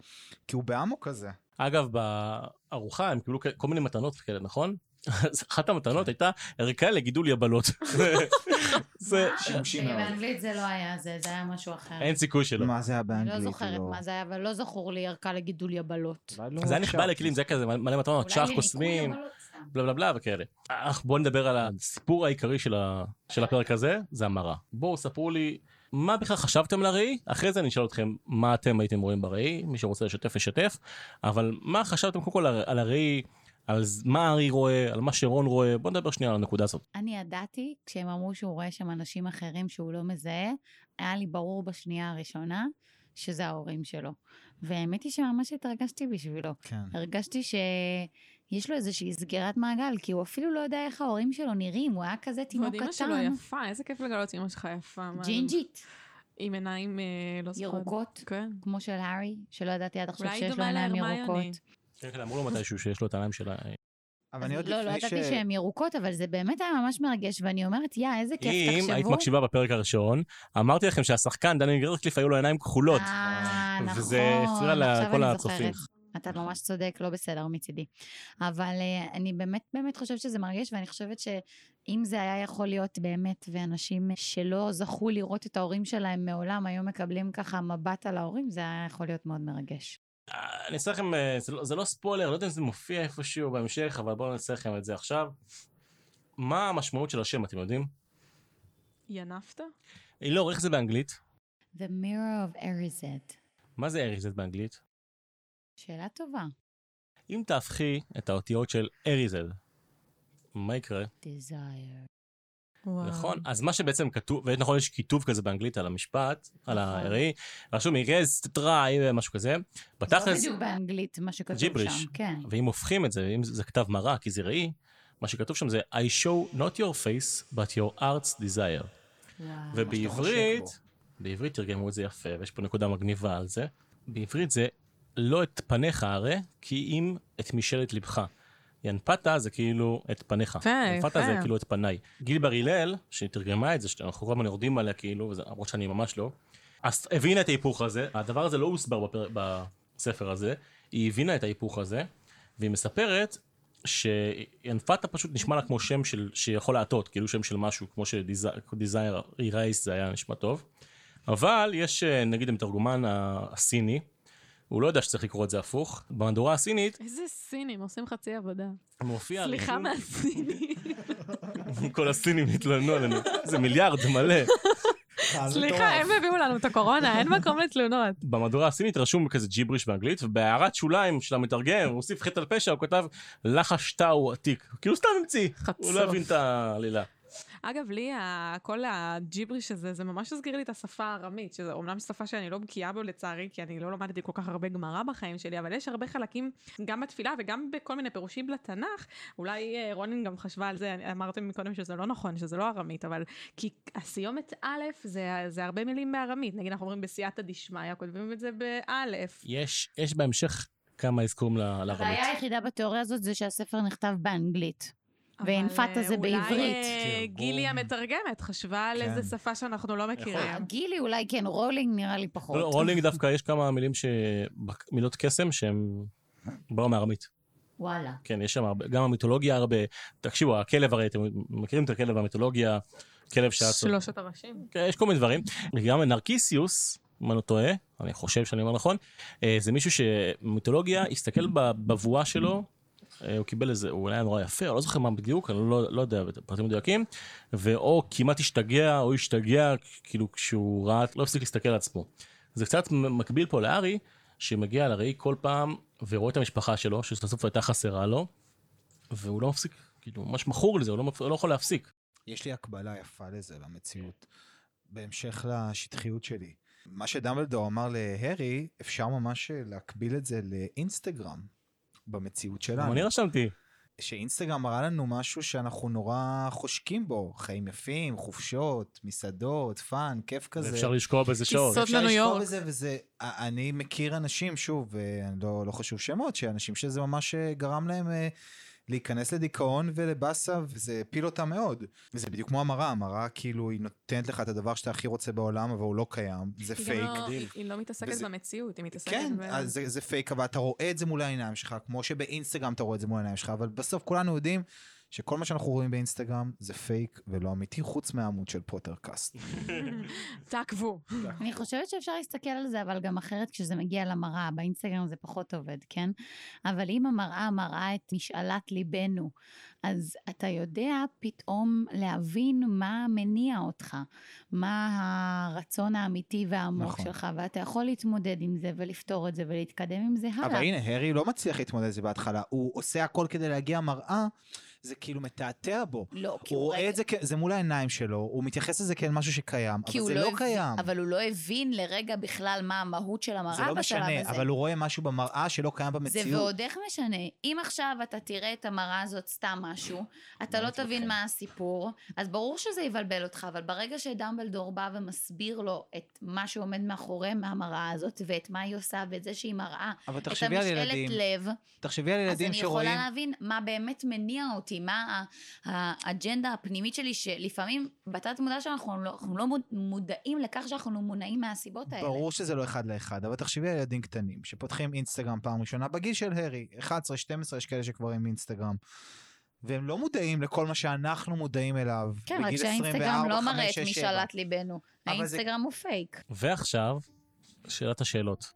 Speaker 4: כי הוא באמוק כזה.
Speaker 1: אגב, בארוחה הם קיבלו כל מיני מתנות כאלה, נכון? אז אחת המתנות הייתה ערכה לגידול יבלות. זה,
Speaker 4: שימושי מאוד.
Speaker 3: באנגלית זה לא היה זה, זה היה משהו אחר.
Speaker 1: אין סיכוי שלא.
Speaker 4: מה זה היה
Speaker 3: אני
Speaker 4: באנגלית?
Speaker 3: לא זוכרת מה זה היה, אבל לא זכור לי ערכה לגידול יבלות.
Speaker 1: זה היה נחבא לכלים, זה היה כזה מלא מתנות, שח קוסמים,
Speaker 2: לא
Speaker 1: בלה בלה בלה וכאלה. אך בואו נדבר על הסיפור העיקרי של ה- של הפרק הזה, זה המראה. בואו ספרו לי מה בכלל חשבתם על הראי, אחרי זה אני אשאל אתכם מה אתם הייתם רואים בראי, מי שרוצה לשתף ישתף, אבל מה חשבתם קודם כל על- על הראי, על ז- מה ארי רואה, על מה שרון רואה, בואו נדבר שנייה על הנקודה הזאת.
Speaker 3: אני ידעתי, כשהם אמרו שהוא רואה שם אנשים אחרים שהוא לא מזהה, היה לי ברור בשנייה הראשונה שזה ההורים שלו. והאמת היא שממש התרגשתי בשבילו.
Speaker 4: כן.
Speaker 3: הרגשתי שיש לו איזושהי סגירת מעגל, כי הוא אפילו לא יודע איך ההורים שלו נראים, הוא היה כזה תינוק
Speaker 2: ועוד אימא שלו
Speaker 3: קטן.
Speaker 2: יפה, איזה כיף לגלות אימא שלך יפה. מה זה?
Speaker 3: ג'ינג'ית,
Speaker 2: עם עיניים, אה, לא זוכרת.
Speaker 3: ירוקות,
Speaker 2: כן.
Speaker 3: כמו של הארי, שלא ידעתי עד עכשיו
Speaker 2: אולי היא
Speaker 3: שיש לו
Speaker 2: דומה
Speaker 3: עיניים
Speaker 2: להרמיוני.
Speaker 3: ירוקות.
Speaker 1: כן, כן, אמרו לו מתישהו שיש לו את העיניים שלה.
Speaker 4: אבל
Speaker 3: אז
Speaker 4: אני עוד
Speaker 3: לא, לא
Speaker 4: לפני
Speaker 3: ידעתי שהן ירוקות, אבל זה באמת היה ממש מרגש, ואני אומרת, יא, איזה כיף,
Speaker 1: אם
Speaker 3: תחשבו.
Speaker 1: היית מקשיבה בפרק הראשון, אמרתי לכם שהשחקן דניאל גרדקליף היו לו עיניים כחולות.
Speaker 3: אה, נכון.
Speaker 1: וזה הפריע
Speaker 3: עכשיו
Speaker 1: לכל
Speaker 3: אני
Speaker 1: הצופים.
Speaker 3: זוכרת. אתה ממש צודק, לא בסדר מצידי. אבל אה, אני באמת באמת חושבת שזה מרגש, ואני חושבת שאם זה היה יכול להיות באמת, ואנשים שלא זכו לראות את ההורים שלהם מעולם, היו מקבלים ככה מבט על ההורים, זה היה יכול להיות מאוד מרגש.
Speaker 1: אה, אני אעשה לכם, אה, זה לא- זה לא ספוילר, לא יודע אם זה מופיע איפשהו בהמשך, אבל בואו נעשה לכם את זה עכשיו. מה המשמעות של השם, אתם יודעים?
Speaker 2: ינפת?
Speaker 1: היא לא, איך זה באנגלית?
Speaker 3: The mirror of Erizet.
Speaker 1: מה זה אריזט באנגלית?
Speaker 3: שאלה טובה.
Speaker 1: אם תהפכי את האותיות של אריזד, מה יקרה?
Speaker 3: Desire.
Speaker 1: נכון? אז מה שבעצם כתוב, ונכון, יש כיתוב כזה באנגלית על המשפט, על E,
Speaker 3: נכון.
Speaker 1: הראי, רשום אריז, טראי, משהו כזה.
Speaker 3: זה לא
Speaker 1: בתכלס,
Speaker 3: בדיוק באנגלית, מה שכתוב
Speaker 1: ג'יבריש.
Speaker 3: שם. כן.
Speaker 1: ואם הופכים את זה, אם זה כתב מראה, כי זה ראי, מה שכתוב שם זה I show not your face, but your heart's desire.
Speaker 3: וואו.
Speaker 1: ובעברית,
Speaker 4: חושק
Speaker 1: בעברית תרגמו את זה יפה, ויש פה נקודה מגניבה על זה. בעברית זה לא את פניך הרי, כי אם את משאלת לבך. ינפתה זה כאילו את פניך.
Speaker 2: יפה,
Speaker 1: ינפתה זה
Speaker 2: יפה.
Speaker 1: כאילו את פניי. גיל הלל, שתרגמה את זה, שאנחנו כל הזמן יורדים עליה כאילו, וזה- למרות שאני ממש לא, אז הבינה את ההיפוך הזה, הדבר הזה לא הוסבר בפר... בספר הזה, היא הבינה את ההיפוך הזה, והיא מספרת שאינפתה פשוט נשמע לה כמו שם של, שיכול להטות, כאילו שם של משהו, כמו שדיזייר אירייס זה היה נשמע טוב, אבל יש אה, נגיד המתרגומן ה- הסיני, הוא לא יודע שצריך לקרוא את זה הפוך, במהדורה הסינית
Speaker 2: איזה סינים, עושים חצי עבודה.
Speaker 1: מופיע...
Speaker 2: סליחה
Speaker 1: הרישום-
Speaker 2: מהסינים.
Speaker 1: כל הסינים התלוננו עלינו, זה מיליארד מלא.
Speaker 4: אה, זה
Speaker 2: סליחה,
Speaker 4: מטורף.
Speaker 2: הם הביאו לנו את הקורונה, אין מקום לתלונות.
Speaker 1: במהדורה הסינית רשום כזה ג'יבריש באנגלית, ובהערת שוליים של המתרגם, הוא הוסיף חטא על פשע, הוא כתב לחש טאו עתיק. כאילו סתם המציא. הוא לא
Speaker 2: חצוף.
Speaker 1: הבין את העלילה.
Speaker 2: אגב, לי ה- כל הג'יבריש הזה, זה ממש הזכיר לי את השפה הארמית, שזו אומנם שפה שאני לא בקיאה בו לצערי, כי אני לא למדתי כל כך הרבה גמרא בחיים שלי, אבל יש הרבה חלקים, גם בתפילה וגם בכל מיני פירושים לתנ"ך, אולי אה, רונין גם חשבה על זה, אמרתם מקודם שזה לא נכון, שזה לא ארמית, אבל כי הסיומת א' זה, זה הרבה מילים בארמית, נגיד אנחנו אומרים בסייעתא דשמיא, כותבים את זה באלף.
Speaker 1: יש, יש בהמשך כמה אזכורים ל- לארמית.
Speaker 3: הבעיה היחידה בתיאוריה הזאת זה שהספר נכתב באנגלית. ואין
Speaker 2: אבל,
Speaker 3: פאטה
Speaker 2: אה,
Speaker 3: זה בעברית.
Speaker 2: אולי אה,
Speaker 4: תרגום.
Speaker 2: גילי המתרגמת חשבה על
Speaker 4: כן.
Speaker 2: איזה שפה שאנחנו לא
Speaker 3: אה,
Speaker 2: מכירים.
Speaker 3: גילי אולי כן, רולינג נראה לי פחות.
Speaker 1: לא, רולינג דווקא יש כמה מילים, ש... מילות קסם שהן באו מארמית.
Speaker 3: וואלה.
Speaker 1: כן, יש שם הרבה, גם המיתולוגיה הרבה. תקשיבו, הכלב הרי, אתם מכירים את הכלב המיתולוגיה, כלב שעצור.
Speaker 2: שלושת הראשים.
Speaker 1: כן, יש כל מיני דברים. גם נרקיסיוס, אם אני לא טועה, אני חושב שאני אומר נכון, אה, זה מישהו שמיתולוגיה הסתכל ב- בבואה שלו, אה, הוא קיבל איזה, הוא היה נורא יפה, אני לא זוכר מה בדיוק, אני לא, לא יודע את הפרטים מדויקים, ואו כמעט השתגע, או השתגע, כאילו כשהוא ראה, לא הפסיק להסתכל על עצמו. זה קצת מ- מקביל פה לארי, שמגיע לראי כל פעם, ורואה את המשפחה שלו, שבסוף הייתה חסרה לו, והוא לא מפסיק, כאילו, הוא ממש מכור לזה, הוא לא, מפ- לא יכול להפסיק.
Speaker 4: יש לי הקבלה יפה לזה במציאות.
Speaker 1: כן.
Speaker 4: בהמשך לשטחיות שלי. מה שדמבלדור אמר להרי, אפשר ממש אה, להקביל את זה לאינסטגרם במציאות
Speaker 1: גם
Speaker 4: שלנו.
Speaker 1: אני רשמתי.
Speaker 4: שאינסטגרם מראה לנו משהו שאנחנו נורא חושקים בו. חיים יפים, חופשות, מסעדות, פאן, כיף כזה.
Speaker 1: אפשר לשקוע בזה
Speaker 2: כיסות.
Speaker 1: שעות.
Speaker 2: לעשות
Speaker 4: אפשר
Speaker 2: לנו
Speaker 4: לשקוע
Speaker 2: יורק.
Speaker 4: בזה, וזה, א- אני מכיר אנשים, שוב, אה, לא, לא חשוב שמות, שאנשים שזה ממש אה, גרם להם אה, להיכנס לדיכאון ולבאסה, וזה הפיל אותם מאוד. וזה בדיוק כמו המראה, המראה כאילו היא נותנת לך את הדבר שאתה הכי רוצה בעולם, אבל הוא לא קיים, זה
Speaker 2: היא
Speaker 4: פייק.
Speaker 2: גם לא-
Speaker 1: מדהים.
Speaker 2: היא- היא לא מתעסקת
Speaker 4: וזה-
Speaker 2: במציאות, היא מתעסקת
Speaker 4: כן,
Speaker 2: ב-
Speaker 4: אז זה, זה פייק, אבל אתה רואה את זה מול העיניים שלך, כמו שבאינסטגרם אתה רואה את זה מול העיניים שלך, אבל בסוף כולנו יודעים שכל מה שאנחנו רואים באינסטגרם זה פייק ולא אמיתי, חוץ מהעמוד של פוטרקאסט.
Speaker 2: תעקבו.
Speaker 3: אני חושבת שאפשר להסתכל על זה, אבל גם אחרת כשזה מגיע למראה, באינסטגרם זה פחות עובד, כן? אבל אם המראה מראה את משאלת ליבנו, אז אתה יודע פתאום להבין מה מניע אותך, מה הרצון האמיתי והעמוק
Speaker 4: נכון.
Speaker 3: נכון. שלך, ואתה יכול להתמודד עם זה ולפתור את זה ולהתקדם עם זה הלאה.
Speaker 4: אבל הנה, הרי לא מצליח להתמודד עם זה בהתחלה, הוא עושה הכל כדי להגיע מראה, זה כאילו מתעתע בו.
Speaker 3: לא, כי
Speaker 4: הוא רואה את זה, כ- זה מול העיניים שלו, הוא מתייחס לזה כאל משהו שקיים,
Speaker 3: כי
Speaker 4: אבל
Speaker 3: הוא
Speaker 4: זה לא
Speaker 3: הבין-
Speaker 4: קיים.
Speaker 3: אבל הוא לא הבין לרגע בכלל מה המהות של המראה
Speaker 4: זה לא
Speaker 3: בשלב הזה.
Speaker 4: משנה, אבל הוא רואה משהו במראה שלא קיים
Speaker 3: זה
Speaker 4: במציאות.
Speaker 3: ועוד איך משנה. אם עכשיו אתה תראה את המראה הזאת סתם משהו, אתה לא
Speaker 1: מתווכח.
Speaker 3: תבין מה הסיפור, אז ברור שזה יבלבל אותך, אבל ברגע שדמבלדור בא ומסביר לו את מה שעומד מאחורי מהמראה הזאת, ואת מה היא עושה, ואת זה שהיא מראה,
Speaker 4: אבל
Speaker 3: את
Speaker 4: תחשבי על
Speaker 3: המשאלת
Speaker 4: ילדים,
Speaker 3: לב,
Speaker 4: תחשבי על
Speaker 3: אז
Speaker 4: ילדים
Speaker 3: אני
Speaker 4: שרואים...
Speaker 3: יכולה להבין מה באמת מניע אותי, מה ה- האג'נדה הפנימית שלי, שלפעמים בתת מודע שלנו אנחנו לא- אנחנו לא מוד- מודעים לכך שאנחנו מונעים מהסיבות האלה.
Speaker 4: ברור שזה לא אחד לאחד, אבל תחשבי על ילדים קטנים שפותחים אינסטגרם פעם ראשונה, בגיל של הרי, 11, 12, יש כאלה שכבר עם אינסטגרם. והם לא מודעים לכל מה שאנחנו מודעים אליו.
Speaker 3: כן, רק
Speaker 4: בגיל
Speaker 3: שהאינסטגרם
Speaker 4: 24,
Speaker 3: לא מראה
Speaker 4: 5,
Speaker 3: את
Speaker 4: 6, 7.
Speaker 3: משאלת ליבנו.
Speaker 4: זה-
Speaker 3: האינסטגרם הוא פייק.
Speaker 1: ועכשיו, שאלת השאלות.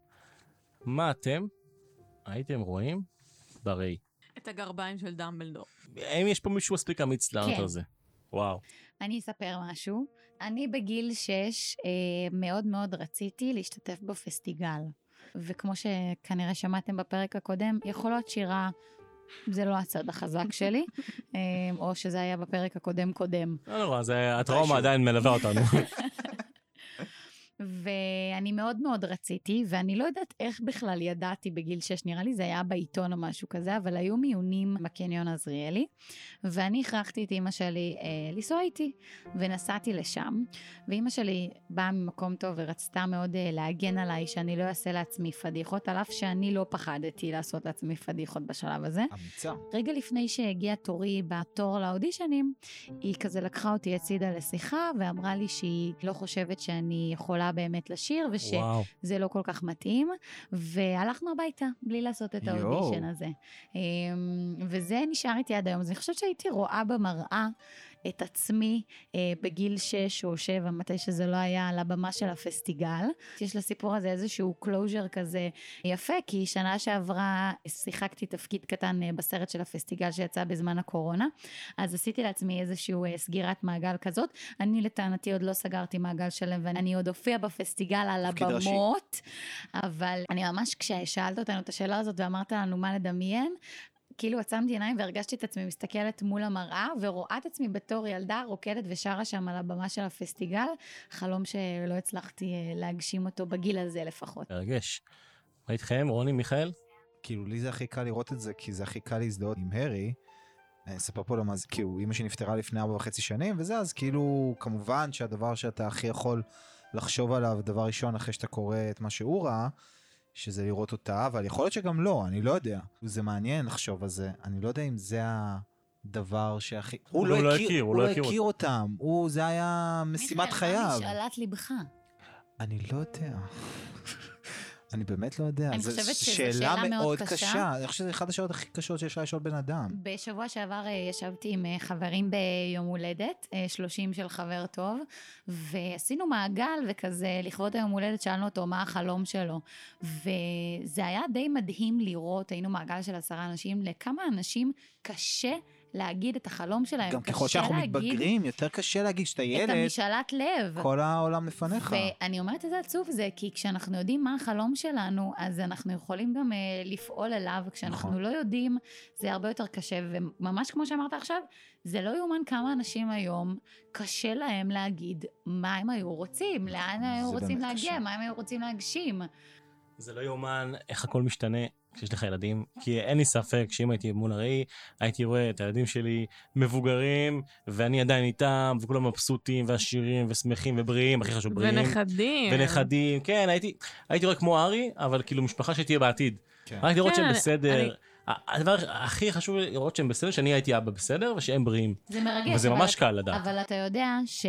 Speaker 1: מה אתם הייתם רואים בראי?
Speaker 2: את הגרביים של דמבלדור.
Speaker 1: האם יש פה מישהו מספיק אמיץ לענות
Speaker 3: כן.
Speaker 1: על זה? וואו.
Speaker 3: אני אספר משהו. אני בגיל שש אה, מאוד מאוד רציתי להשתתף בפסטיגל. וכמו שכנראה שמעתם בפרק הקודם, יכול להיות שירה, זה לא הצד החזק שלי, אה, או שזה היה בפרק הקודם קודם.
Speaker 1: לא נורא, זה- הטראומה
Speaker 4: מתישהו.
Speaker 1: עדיין מלווה אותנו.
Speaker 3: ואני מאוד מאוד רציתי, ואני לא יודעת איך בכלל ידעתי בגיל 6, נראה לי זה היה בעיתון או משהו כזה, אבל היו מיונים בקניון עזריאלי, ואני הכרחתי את אימא שלי אה, לנסוע איתי, ונסעתי לשם, ואימא שלי באה ממקום טוב ורצתה מאוד אה, להגן עליי, שאני לא אעשה לעצמי פדיחות, על אף שאני לא פחדתי לעשות לעצמי פדיחות בשלב הזה.
Speaker 4: אמיצה.
Speaker 3: רגע לפני שהגיע תורי בתור לאודישנים, היא כזה לקחה אותי הצידה לשיחה ואמרה לי שהיא לא חושבת שאני יכולה באמת לשיר ושזה
Speaker 1: וואו.
Speaker 3: לא כל כך מתאים, והלכנו הביתה בלי לעשות את
Speaker 4: יואו.
Speaker 3: האודישן הזה. אמ, וזה נשאר איתי עד היום. אז אני חושבת שהייתי רואה במראה את עצמי אה, בגיל שש או שבע, מתי שזה לא היה, על הבמה של הפסטיגל. יש לסיפור הזה איזשהו קלוז'ר כזה יפה, כי שנה שעברה שיחקתי תפקיד קטן אה, בסרט של הפסטיגל שיצא בזמן הקורונה, אז עשיתי לעצמי איזשהו אה, סגירת מעגל כזאת. אני לטענתי עוד לא סגרתי מעגל שלם, ואני עוד אופיע בפסטיגל על
Speaker 4: תפקיד ראשי.
Speaker 3: הבמות, אבל אני ממש, כששאלת אותנו את השאלה הזאת ואמרת לנו מה לדמיין, כאילו עצמתי עיניים והרגשתי את עצמי מסתכלת מול המראה, ורואה את עצמי בתור ילדה רוקדת ושרה שם על הבמה של הפסטיגל, חלום שלא הצלחתי אה, להגשים אותו בגיל הזה לפחות.
Speaker 1: מרגש. מה איתכם, רוני, מיכאל?
Speaker 4: כאילו, לי זה הכי קל לראות את זה, כי זה הכי קל להזדהות עם הרי. אני אספר פה למה זה, כאילו, אימא שלי נפטרה לפני ארבע וחצי שנים, וזה, אז כאילו, כמובן שהדבר שאתה הכי יכול לחשוב עליו, דבר ראשון, אחרי שאתה קורא את מה שהוא ראה, שזה לראות אותה, אבל יכול להיות שגם לא, אני לא יודע. זה מעניין לחשוב על זה, אני לא יודע אם זה הדבר שהכי...
Speaker 1: הוא לא הכיר, הוא
Speaker 4: הוא
Speaker 1: לא
Speaker 4: לא
Speaker 1: הכיר
Speaker 4: הכיר אותם, הוא, זה היה
Speaker 3: מיכאל,
Speaker 4: משימת
Speaker 3: מה
Speaker 4: חייו.
Speaker 3: משאלת ליבך.
Speaker 4: אני לא יודע. אני באמת לא יודע.
Speaker 3: אני
Speaker 4: זו
Speaker 3: חושבת שזו שאלה מאוד קשה.
Speaker 4: אני חושב שזו אחת השאלות הכי קשות שיש לה לשאול בן אדם.
Speaker 3: בשבוע שעבר אה, ישבתי עם אה, חברים ביום הולדת, אה, 30 של חבר טוב, ועשינו מעגל, וכזה, לכבוד היום הולדת שאלנו אותו מה החלום שלו. וזה היה די מדהים לראות, היינו מעגל של עשרה אנשים, לכמה אנשים קשה להגיד את החלום שלהם.
Speaker 4: גם ככל
Speaker 3: קשה
Speaker 4: שאנחנו
Speaker 3: להגיד
Speaker 4: מתבגרים, יותר קשה להגיד שאתה
Speaker 3: את
Speaker 4: ילד,
Speaker 3: המשאלת לב.
Speaker 4: כל העולם לפניך.
Speaker 3: ואני אומרת את זה עצוב זה, כי כשאנחנו יודעים מה החלום שלנו, אז אנחנו יכולים גם אה, לפעול אליו. כשאנחנו
Speaker 4: נכון.
Speaker 3: לא יודעים, זה הרבה יותר קשה. וממש כמו שאמרת עכשיו, זה לא יאומן כמה אנשים היום, קשה להם להגיד מה הם היו רוצים, לאן
Speaker 4: זה
Speaker 3: הם היו רוצים
Speaker 4: באמת
Speaker 3: להגיע,
Speaker 4: קשה.
Speaker 3: מה הם היו רוצים להגשים.
Speaker 1: זה לא יאומן איך הכל משתנה כשיש לך ילדים, כי אין לי ספק שאם הייתי מול הראי, הייתי רואה את הילדים שלי מבוגרים, ואני עדיין איתם, וכולם מבסוטים, ועשירים, ושמחים, ובריאים, הכי חשוב, בריאים.
Speaker 2: ונכדים.
Speaker 1: ונכדים, כן, הייתי, הייתי רואה כמו ארי, אבל כאילו משפחה שתהיה בעתיד.
Speaker 4: כן.
Speaker 1: רק לראות
Speaker 2: כן,
Speaker 1: שהם
Speaker 2: אני-
Speaker 1: בסדר.
Speaker 2: אני-
Speaker 1: ה- הדבר הכי חשוב לי לראות שהם בסדר, שאני הייתי אבא בסדר, ושהם בריאים.
Speaker 3: זה מרגש.
Speaker 1: וזה
Speaker 3: אבל
Speaker 1: ממש
Speaker 3: אתה-
Speaker 1: קל לדעת.
Speaker 3: אבל אתה יודע ש...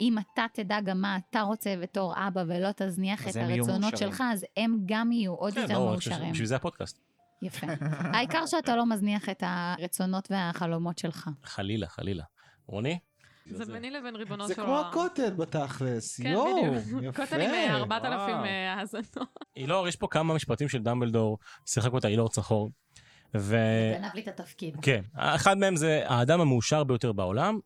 Speaker 3: אם אתה תדע גם מה אתה רוצה בתור אבא ולא תזניח
Speaker 4: אז
Speaker 3: את
Speaker 4: הם יהיו
Speaker 3: הרצונות
Speaker 4: מאושרים. לא,
Speaker 3: שלך, אז הם גם יהיו עוד
Speaker 1: כן,
Speaker 3: יותר
Speaker 1: ברור,
Speaker 3: מאושרים.
Speaker 1: בשביל זה הפודקאסט.
Speaker 3: יפה. העיקר שאתה לא מזניח את הרצונות והחלומות שלך.
Speaker 1: חלילה, חלילה. רוני?
Speaker 2: זה ביני לבין ריבונו
Speaker 4: זה
Speaker 2: של
Speaker 4: כמו
Speaker 2: עולם.
Speaker 4: הכותל בתכלס,
Speaker 2: כן,
Speaker 4: יואו,
Speaker 2: בדיוק.
Speaker 4: יפה.
Speaker 2: כותל עם אה,
Speaker 1: וואו.
Speaker 2: 4,000 אה, האזנות. אילור,
Speaker 1: אילור, לא, יש פה כמה משפטים של דמבלדור, שיחק אותה אילור צחור. ו...
Speaker 3: גנב לי את התפקיד.
Speaker 1: כן, אחד מהם זה האדם המאושר ביותר בעולם,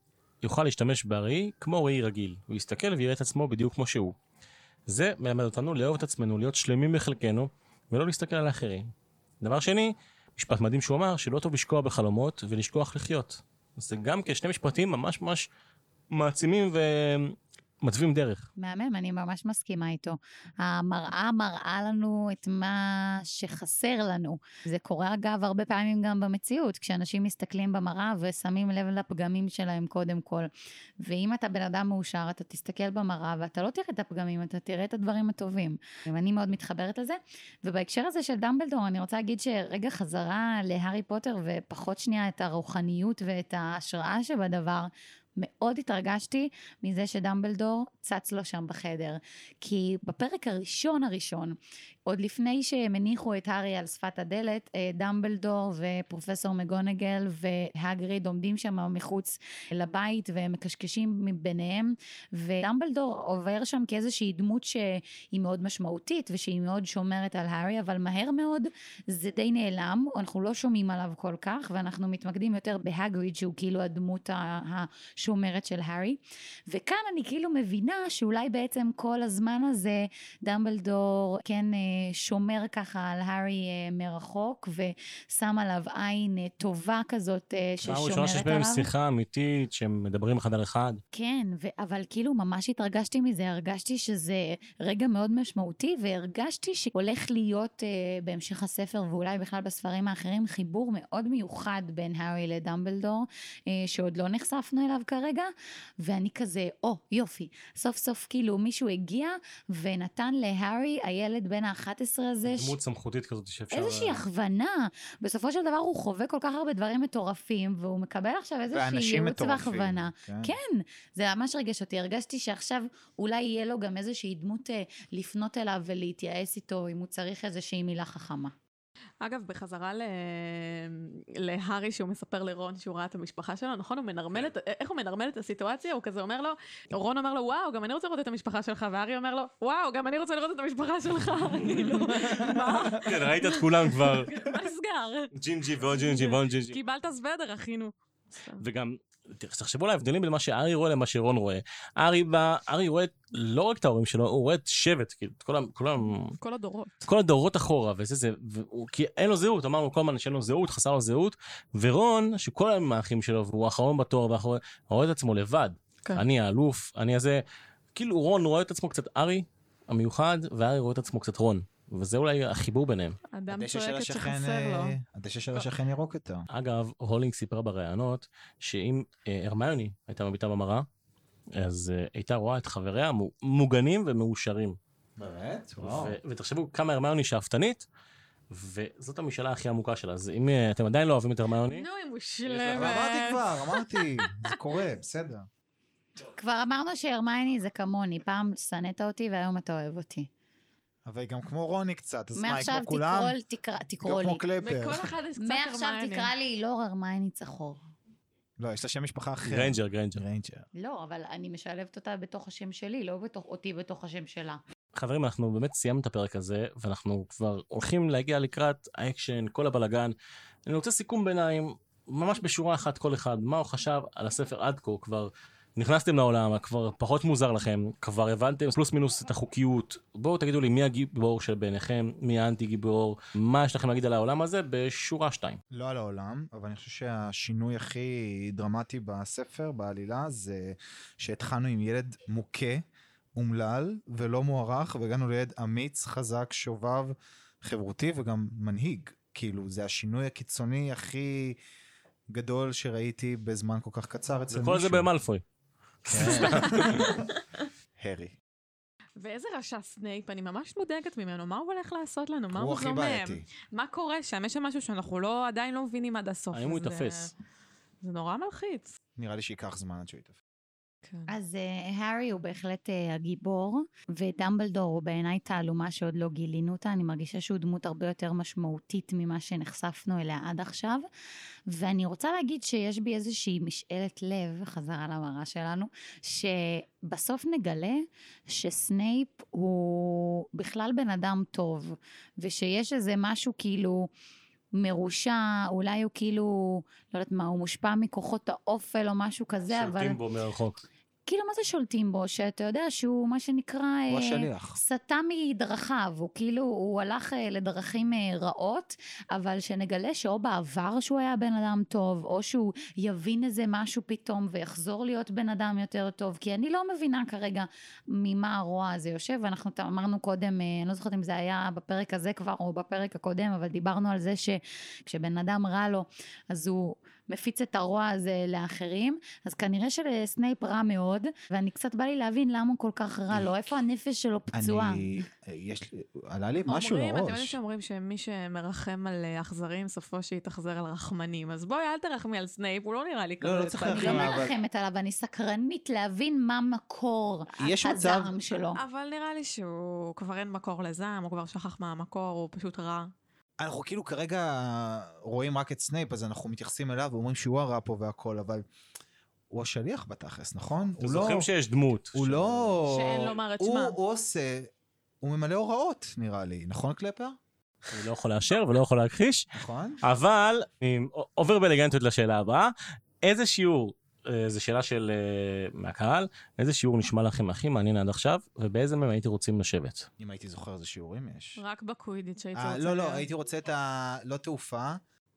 Speaker 1: יוכל להשתמש בראי כמו ראי רגיל. הוא יסתכל ויראה את עצמו בדיוק כמו שהוא. זה מלמד אותנו לאהוב את עצמנו, להיות שלמים בחלקנו, ולא להסתכל על האחרים. דבר שני, משפט מדהים שהוא אמר, שלא טוב לשקוע בחלומות ולשכוח לחיות. זה גם כן שני משפטים ממש ממש מעצימים ומתווים דרך.
Speaker 3: מהמם, אני ממש מסכימה איתו. המראה מראה לנו את מה שחסר לנו. זה קורה אגב הרבה פעמים גם במציאות, כשאנשים מסתכלים במראה ושמים לב לפגמים שלהם קודם כל. ואם אתה בן אדם מאושר, אתה תסתכל במראה ואתה לא תראה את הפגמים, אתה תראה את הדברים הטובים. ואני מאוד מתחברת לזה. ובהקשר הזה של דמבלדור, אני רוצה להגיד שרגע חזרה להארי פוטר ופחות שנייה את הרוחניות ואת ההשראה שבדבר. מאוד התרגשתי מזה שדמבלדור צץ לו שם בחדר. כי בפרק הראשון הראשון, עוד לפני שהם הניחו את הארי על שפת הדלת, אה, דמבלדור ופרופסור מגונגל והגריד עומדים שם מחוץ לבית והם מקשקשים מביניהם, ודמבלדור עובר שם כאיזושהי דמות שהיא מאוד משמעותית ושהיא מאוד שומרת על הארי, אבל מהר מאוד זה די נעלם, אנחנו לא שומעים עליו כל כך, ואנחנו מתמקדים יותר בהגריד שהוא כאילו הדמות ה- השומרת של הארי. וכאן אני כאילו מבינה שאולי בעצם כל הזמן הזה דמבלדור כן אה, שומר ככה על הארי אה, מרחוק ושם עליו עין אה, טובה כזאת אה,
Speaker 1: פעם
Speaker 3: ששומרת
Speaker 1: ראשונה
Speaker 3: עליו.
Speaker 1: שיש ביניהם שיחה אמיתית, שהם מדברים אחד על אחד.
Speaker 3: כן, ו- אבל כאילו ממש התרגשתי מזה, הרגשתי שזה רגע מאוד משמעותי, והרגשתי שהולך להיות אה, בהמשך הספר, ואולי בכלל בספרים האחרים, חיבור מאוד מיוחד בין הארי לדמבלדור, אה, שעוד לא נחשפנו אליו כרגע, ואני כזה, או, oh, יופי, סוף סוף כאילו מישהו הגיע ונתן להארי, הילד בן ה-11 הזה, ש-
Speaker 1: דמות סמכותית כזאת שאפשר...
Speaker 3: איזושהי הכוונה. בסופו של דבר הוא חווה כל כך הרבה דברים מטורפים, והוא מקבל עכשיו איזושהי
Speaker 4: ואנשים
Speaker 3: ייעוץ
Speaker 4: מטורפים.
Speaker 3: והכוונה.
Speaker 4: כן.
Speaker 3: כן, זה ממש ריגש אותי. הרגשתי שעכשיו אולי יהיה לו גם איזושהי דמות אה, לפנות אליו ולהתייעץ איתו, אם הוא צריך איזושהי מילה חכמה.
Speaker 2: אגב, בחזרה ל- להארי שהוא מספר לרון שהוא ראה את המשפחה שלו, נכון? הוא מנרמל את, איך הוא מנרמל את הסיטואציה? הוא כזה אומר לו, רון אומר לו, וואו, גם אני רוצה לראות את המשפחה שלך, והארי אומר לו, וואו, גם אני רוצה לראות את המשפחה שלך, כאילו, מה?
Speaker 1: כן, ראית את כולם כבר.
Speaker 2: מה נסגר?
Speaker 1: ג'ינג'י ועוד ג'ינג'י ועוד ג'ינג'י.
Speaker 2: קיבלת סוודר, אחינו.
Speaker 1: וגם תחשבו על ההבדלים בין מה שארי רואה למה שרון רואה. ארי בא, ארי רואה לא רק את ההורים שלו, הוא רואה את שבט, כאילו, את כל ה... כל ה-
Speaker 2: כל הדורות.
Speaker 1: את כל הדורות אחורה, וזה זה, והוא, כי אין לו זהות, אמרנו כל הזמן שאין לו זהות, חסר לו זהות, ורון, שכל היום עם האחים שלו, והוא האחרון בתואר, והאחרון, רואה את עצמו לבד.
Speaker 2: כן.
Speaker 1: אני האלוף, אני הזה, כאילו רון רואה את עצמו קצת ארי המיוחד, וארי רואה את עצמו קצת רון. וזה אולי החיבור ביניהם.
Speaker 2: אדם
Speaker 4: הדשא של
Speaker 2: צועקת
Speaker 4: השכן,
Speaker 2: שחסר לו.
Speaker 4: אה, הדשא של השכן ירוק יותר.
Speaker 1: אגב, הולינג סיפרה בראיונות, שאם אה, הרמיוני הייתה מביטה במראה, אז אה, הייתה רואה את חבריה מו- מוגנים ומאושרים.
Speaker 4: באמת?
Speaker 1: ו- ותחשבו כמה הרמיוני שאפתנית, וזאת המשאלה הכי עמוקה שלה. אז אם אה, אתם עדיין לא אוהבים את הרמיוני,
Speaker 2: נו, היא
Speaker 4: אבל
Speaker 2: מושלמת.
Speaker 4: אמרתי כבר, אמרתי, זה קורה, בסדר.
Speaker 3: כבר אמרנו שהרמייני זה כמוני, פעם שנאת אותי והיום אתה אוהב אותי.
Speaker 4: אבל היא גם כמו רוני קצת, אז מה, היא
Speaker 3: מעכשיו
Speaker 4: כמו כולם?
Speaker 3: תקרוא- תקרא- תקרוא
Speaker 4: היא
Speaker 3: לי.
Speaker 4: כמו קלפר.
Speaker 2: בכל אחד יש קצת
Speaker 3: מעכשיו
Speaker 2: הרמיוני.
Speaker 3: תקרא לי לא הרמייני צחור.
Speaker 4: לא, יש לה שם משפחה אחר.
Speaker 1: גריינג'ר, גריינג'ר.
Speaker 4: גריינג'ר.
Speaker 3: לא, אבל אני משלבת אותה בתוך השם שלי, לא בתוך אותי בתוך השם שלה.
Speaker 1: חברים, אנחנו באמת סיימנו את הפרק הזה, ואנחנו כבר הולכים להגיע לקראת האקשן, כל הבלגן. אני רוצה סיכום ביניים, ממש בשורה אחת כל אחד, מה הוא חשב על הספר עד כה, כבר נכנסתם לעולם, כבר פחות מוזר לכם, כבר הבנתם פלוס מינוס את החוקיות. בואו תגידו לי מי הגיבור שביניכם, מי האנטי גיבור, מה יש לכם להגיד על העולם הזה בשורה שתיים.
Speaker 4: לא על העולם, אבל אני חושב שהשינוי הכי דרמטי בספר, בעלילה, זה שהתחלנו עם ילד מוכה, אומלל ולא מוערך, והגענו לילד אמיץ, חזק, שובב, חברותי וגם מנהיג. כאילו, זה השינוי הקיצוני הכי גדול שראיתי בזמן כל כך קצר אצל מישהו. כן.
Speaker 1: וכל זה במלפוי.
Speaker 4: הרי.
Speaker 2: ואיזה רשע סנייפ, אני ממש מודאגת ממנו, מה הוא הולך לעשות לנו? מה
Speaker 4: הוא
Speaker 2: הוא
Speaker 4: הכי
Speaker 2: זומם?
Speaker 4: בעייתי.
Speaker 2: מה קורה שם? יש שם משהו שאנחנו לא, עדיין לא מבינים עד הסוף.
Speaker 1: האם הוא
Speaker 2: אז זה-
Speaker 1: ייתפס?
Speaker 2: זה נורא מלחיץ.
Speaker 4: נראה לי שייקח זמן עד שהוא יתפ...
Speaker 2: כן.
Speaker 3: אז אה, הארי הוא בהחלט אה, הגיבור, ודמבלדור הוא בעיניי תעלומה שעוד לא גילינו אותה. אני מרגישה שהוא דמות הרבה יותר משמעותית ממה שנחשפנו אליה עד עכשיו. ואני רוצה להגיד שיש בי איזושהי משאלת לב, חזרה למראה שלנו, שבסוף נגלה שסנייפ הוא בכלל בן אדם טוב, ושיש איזה משהו כאילו... מרושע, אולי הוא כאילו, לא יודעת מה, הוא מושפע מכוחות האופל או משהו כזה, אבל...
Speaker 1: שולטים בו מרחוק.
Speaker 3: כאילו, מה זה שולטים בו? שאתה יודע שהוא, מה שנקרא...
Speaker 4: הוא
Speaker 3: אה,
Speaker 4: השליח.
Speaker 3: סטה מדרכיו, הוא כאילו, הוא הלך אה, לדרכים אה, רעות, אבל שנגלה שאו בעבר שהוא היה בן אדם טוב, או שהוא יבין איזה משהו פתאום ויחזור להיות בן אדם יותר טוב, כי אני לא מבינה כרגע ממה הרוע הזה יושב, ואנחנו ת- אמרנו קודם, אה, אני לא זוכרת אם זה היה בפרק הזה כבר או בפרק הקודם, אבל דיברנו על זה שכשבן אדם רע לו, אז הוא... מפיץ את הרוע הזה לאחרים, אז כנראה שלסנייפ רע מאוד, ואני קצת בא לי להבין למה הוא כל כך רע לו, איפה הנפש שלו פצועה.
Speaker 4: אני... אה, יש לי... עלה לי משהו לא
Speaker 2: אומרים, אתם יודעים
Speaker 4: לראש.
Speaker 2: שאומרים שמי שמרחם על אה, אכזרים, סופו שיתאכזר על רחמנים. אז בואי, אל תרחמי על סנייפ, הוא לא נראה לי כזה.
Speaker 4: לא, לא צריך
Speaker 2: צדיק.
Speaker 3: אני לא
Speaker 4: אבל-
Speaker 3: מרחמת עליו, אני סקרנית להבין מה מקור
Speaker 4: יש מצב...
Speaker 3: הזעם שלו.
Speaker 1: לא.
Speaker 2: אבל נראה לי שהוא כבר אין מקור לזעם, הוא כבר שכח מה המקור, הוא פשוט רע.
Speaker 4: אנחנו כאילו כרגע רואים רק את סנייפ, אז אנחנו מתייחסים אליו ואומרים שהוא הרע פה והכל, אבל הוא השליח בתכלס, נכון?
Speaker 1: אתם
Speaker 4: הוא לא...
Speaker 1: זוכרים שיש דמות.
Speaker 4: הוא
Speaker 1: ש-
Speaker 4: לא...
Speaker 2: שאין לומר את
Speaker 4: הוא-
Speaker 2: שמה.
Speaker 4: הוא עושה... הוא ממלא הוראות, נראה לי, נכון קלפר?
Speaker 1: אני לא יכול לאשר ולא יכול להכחיש.
Speaker 4: נכון?
Speaker 1: אבל אני עובר באלגנטיות לשאלה הבאה. איזה שיעור, אה, זו שאלה של אה, מהקהל, איזה שיעור נשמע לכם הכי מעניין עד עכשיו, ובאיזה מהם הייתם רוצים לשבת?
Speaker 4: אם הייתי זוכר איזה שיעורים יש.
Speaker 2: רק בקווידיץ' הייתי
Speaker 4: אה,
Speaker 2: רוצה...
Speaker 4: לא, לא,
Speaker 2: להיות.
Speaker 4: הייתי רוצה את ה... לא תעופה.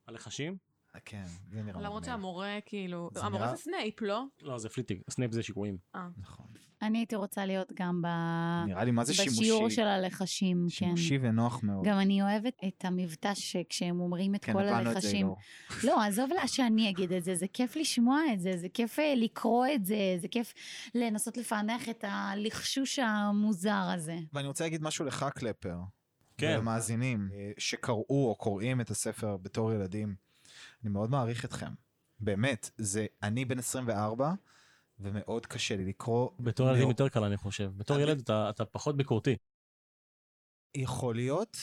Speaker 1: הלחשים?
Speaker 4: אה, כן, זה נראה
Speaker 2: למרות
Speaker 4: מגניב.
Speaker 2: שהמורה, כאילו...
Speaker 4: זה
Speaker 2: המורה
Speaker 4: נראה-
Speaker 2: זה סנייפ, לא?
Speaker 1: לא, זה פליטיג, סנייפ זה שיקויים.
Speaker 4: נכון.
Speaker 3: אני הייתי רוצה להיות גם ב...
Speaker 2: אה,
Speaker 4: נראה לי מה זה שימושי.
Speaker 3: בשיעור של הלחשים, כן.
Speaker 4: שימושי ונוח מאוד.
Speaker 3: גם אני אוהבת את המבטא שכשהם אומרים את
Speaker 4: כן,
Speaker 3: כל
Speaker 4: הבנו את זה,
Speaker 3: הלחשים.
Speaker 4: גור.
Speaker 3: לא, עזוב לה שאני אגיד את זה, זה כיף לשמוע את זה, זה כיף אה, לקרוא את זה, זה כיף לנסות לפענח את הלחשוש המוזר הזה.
Speaker 4: ואני רוצה להגיד משהו לך, קלפר.
Speaker 1: כן.
Speaker 4: ולמאזינים אה, שקראו או קוראים את הספר בתור ילדים. אני מאוד מעריך אתכם. באמת, זה, אני בן 24, ומאוד קשה לי לקרוא. לא
Speaker 1: בתור
Speaker 4: מאוד.
Speaker 1: ילדים יותר קל, אני חושב. בתור
Speaker 4: אני-
Speaker 1: ילד אתה אתה פחות ביקורתי.
Speaker 4: יכול להיות,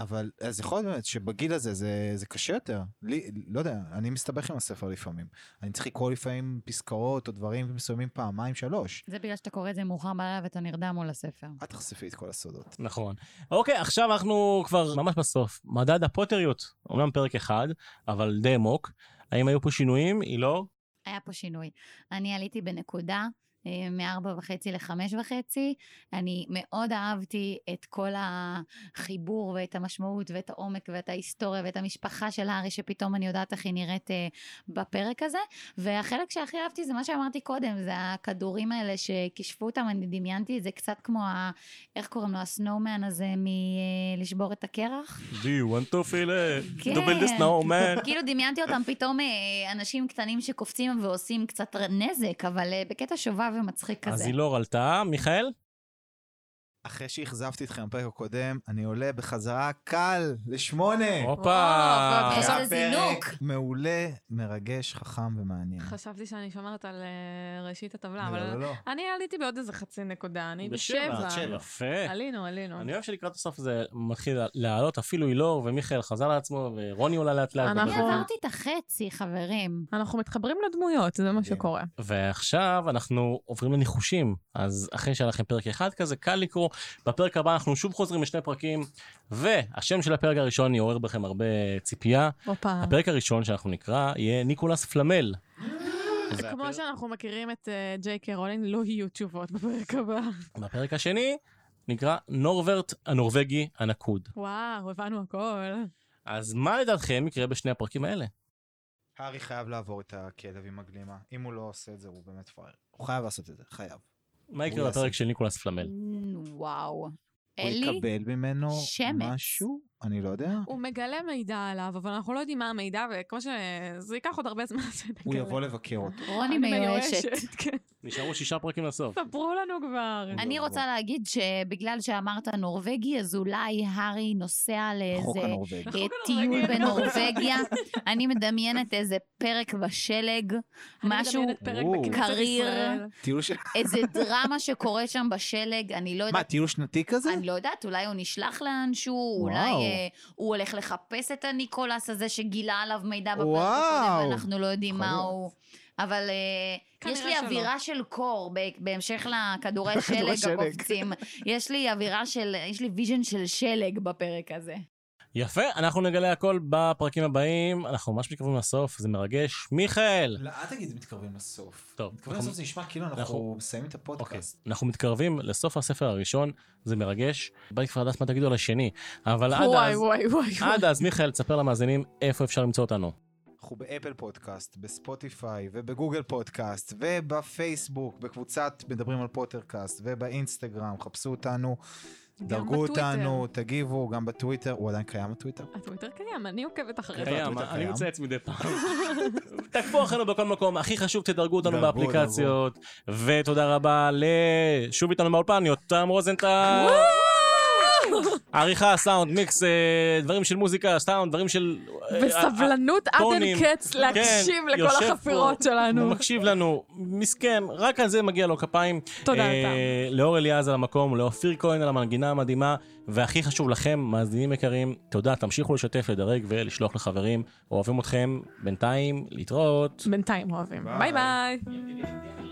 Speaker 4: אבל אז יכול להיות באמת שבגיל הזה זה, זה קשה יותר. לי, לא יודע, אני מסתבך עם הספר לפעמים. אני צריך לקרוא לפעמים פסקאות או דברים מסוימים פעמיים, שלוש.
Speaker 3: זה בגלל שאתה קורא את זה מאוחר בלילה ואתה נרדם מול הספר.
Speaker 4: את תחשפי את כל הסודות.
Speaker 1: נכון. אוקיי, עכשיו אנחנו כבר ממש בסוף. מדד הפוטריות, אומנם פרק אחד, אבל די עמוק. האם היו פה שינויים? היא לא.
Speaker 3: היה פה שינוי. אני עליתי בנקודה. אה, מארבע וחצי לחמש וחצי. אני מאוד אהבתי את כל החיבור ואת המשמעות ואת העומק ואת ההיסטוריה ואת המשפחה של הארי, שפתאום אני יודעת איך היא נראית אה, בפרק הזה. והחלק שהכי אהבתי זה מה שאמרתי קודם, זה הכדורים האלה שכישפו אותם, אני דמיינתי את זה קצת כמו, ה, איך קוראים לו, הסנואומן הזה מלשבור את הקרח.
Speaker 1: Do you want to feel it?
Speaker 3: כן.
Speaker 1: To build a snowman?
Speaker 3: כאילו דמיינתי אותם פתאום אה, אנשים קטנים שקופצים ועושים קצת נזק, אבל אה, בקטע שובב ומצחיק
Speaker 1: אז
Speaker 3: כזה.
Speaker 1: היא לא עלתה, מיכאל?
Speaker 4: אחרי שאכזבתי אתכם בפרק הקודם, אני עולה בחזרה קל לשמונה.
Speaker 1: הופה!
Speaker 3: איזה
Speaker 4: אה, היה
Speaker 3: זינוק.
Speaker 4: פרק מעולה, מרגש, חכם ומעניין.
Speaker 2: חשבתי שאני שומרת על אה, ראשית הטבלה,
Speaker 4: לא, לא,
Speaker 2: אבל
Speaker 3: אה,
Speaker 4: לא.
Speaker 2: אני עליתי בעוד איזה חצי נקודה, אני בשבע.
Speaker 4: שבע.
Speaker 1: יפה.
Speaker 2: עלינו, עלינו.
Speaker 1: אני אוהב שלקראת הסוף זה מתחיל לעלות, אפילו הילור ומיכאל חזר לעצמו, ורוני עולה לאט לאט.
Speaker 2: אנחנו-
Speaker 3: אני עברתי את החצי, חברים.
Speaker 2: אנחנו מתחברים לדמויות, זה מה
Speaker 4: מדהים.
Speaker 2: שקורה.
Speaker 1: ועכשיו אנחנו עוברים לניחושים. אז אחרי שהיה לכם פרק אחד כזה, קל לקרוא. בפרק הבא אנחנו שוב חוזרים לשני פרקים, והשם של הפרק הראשון יעורר בכם הרבה ציפייה.
Speaker 2: הופה.
Speaker 1: הפרק הראשון שאנחנו נקרא יהיה ניקולס פלמל.
Speaker 2: זה כמו שאנחנו מכירים את אה, ג'יי קי רולינג, לא יהיו תשובות בפרק הבא.
Speaker 1: בפרק השני נקרא נורברט הנורבגי הנקוד.
Speaker 2: וואו, הבנו הכל.
Speaker 1: אז מה לדעתכם יקרה בשני הפרקים האלה?
Speaker 4: הארי חייב לעבור את הכלב עם הגלימה. אם הוא לא עושה את זה, הוא באמת פראייר. הוא חייב לעשות את זה, חייב.
Speaker 1: מה
Speaker 4: הוא
Speaker 1: יקרה בפרק
Speaker 4: יעשה.
Speaker 1: של ניקולס פלמל?
Speaker 3: Mm, וואו.
Speaker 4: הוא
Speaker 3: אלי,
Speaker 4: יקבל ממנו
Speaker 3: שמץ.
Speaker 4: משהו? אני לא יודע.
Speaker 2: הוא מגלה מידע עליו, אבל אנחנו לא יודעים מה המידע, וכמו ש... זה ייקח עוד הרבה זמן שנגלה.
Speaker 4: הוא יבוא לבקר אותו.
Speaker 3: רוני מיואשת.
Speaker 2: כן.
Speaker 1: נשארו שישה פרקים לסוף.
Speaker 2: ספרו לנו כבר.
Speaker 3: אני רוצה להגיד שבגלל שאמרת נורבגי, אז אולי הארי נוסע
Speaker 4: חוק
Speaker 3: לאיזה
Speaker 4: הנורבגי.
Speaker 3: אה,
Speaker 2: החוק
Speaker 3: טיול
Speaker 2: הנורבגי.
Speaker 3: בנורבגיה. אני מדמיינת איזה פרק בשלג, משהו,
Speaker 2: אני מדמיינת פרק
Speaker 4: וואו.
Speaker 2: בכנסת
Speaker 3: קריר.
Speaker 2: ישראל.
Speaker 4: טיול של...
Speaker 3: איזה דרמה שקורה שם בשלג, אני לא
Speaker 4: מה,
Speaker 3: יודעת.
Speaker 4: טיול שנתי כזה?
Speaker 3: אני לא יודעת, אולי הוא נשלח לאנשהו, אולי
Speaker 4: וואו.
Speaker 3: אה, הוא הולך לחפש את הניקולס הזה שגילה עליו מידע בפרק
Speaker 4: וואו.
Speaker 3: הקודם, אנחנו לא יודעים
Speaker 4: יכול
Speaker 3: מה
Speaker 4: להיות.
Speaker 3: הוא. אבל אה, יש
Speaker 2: כנראה
Speaker 3: לי
Speaker 2: שלא.
Speaker 3: אווירה של קור, ב- בהמשך לכדורי
Speaker 4: כדורי
Speaker 3: שלג
Speaker 4: שלג.
Speaker 3: הקופצים. יש לי אווירה של, יש לי ויז'ן של שלג בפרק הזה.
Speaker 1: יפה, אנחנו נגלה הכל בפרקים הבאים, אנחנו ממש מתקרבים לסוף, זה מרגש. מיכאל!
Speaker 4: לא, אל תגיד מתקרבים לסוף.
Speaker 1: טוב,
Speaker 4: מתקרבים
Speaker 1: אנחנו-
Speaker 4: לסוף זה נשמע כאילו
Speaker 1: אנחנו-
Speaker 4: אנחנו אוקיי. מסיימים את הפודקאסט.
Speaker 1: אנחנו מתקרבים לסוף הספר הראשון, זה מרגש. בא לי כבר לדעת מה תגידו על השני, אבל עד
Speaker 2: וואי,
Speaker 1: אז,
Speaker 2: וואי, וואי.
Speaker 1: עד אז, מיכאל, תספר למאזינים איפה אפשר למצוא אותנו.
Speaker 4: אנחנו באפל פודקאסט, בספוטיפיי ובגוגל פודקאסט ובפייסבוק, בקבוצת מדברים על פוטרקאסט ובאינסטגרם, חפשו אותנו,
Speaker 2: גם
Speaker 4: דרגו
Speaker 2: בטוויטר.
Speaker 4: אותנו, תגיבו, גם בטוויטר, הוא עדיין קיים בטוויטר?
Speaker 2: הטוויטר קיים, אני עוקבת אחרי זה.
Speaker 4: קיים.
Speaker 1: קיים,
Speaker 4: בטוויטר
Speaker 1: אני
Speaker 4: קיים.
Speaker 1: מצייץ מדי פעם. תקפו אחרינו בכל מקום, הכי חשוב, תדרגו אותנו
Speaker 4: דרגו,
Speaker 1: באפליקציות. ותודה רבה ל... שוב איתנו באולפן, יותם רוזנטל. עריכה, סאונד, מיקס, אה, דברים של מוזיקה, סאונד, דברים של... אה,
Speaker 2: בסבלנות עד
Speaker 1: טונים.
Speaker 2: אין קץ להקשיב
Speaker 1: כן,
Speaker 2: לכל
Speaker 1: יושב
Speaker 2: החפירות
Speaker 1: פה,
Speaker 2: שלנו.
Speaker 1: הוא מקשיב לנו, מסכן, רק על זה מגיע לו כפיים.
Speaker 2: תודה,
Speaker 1: אה,
Speaker 2: יותם.
Speaker 1: לאור אליעז על המקום, לאופיר כהן על המנגינה המדהימה, והכי חשוב לכם, מאזינים יקרים, תודה, תמשיכו לשתף, לדרג ולשלוח לחברים. אוהבים אתכם, בינתיים, להתראות.
Speaker 2: בינתיים אוהבים.
Speaker 4: ביי.
Speaker 2: ביי ביי.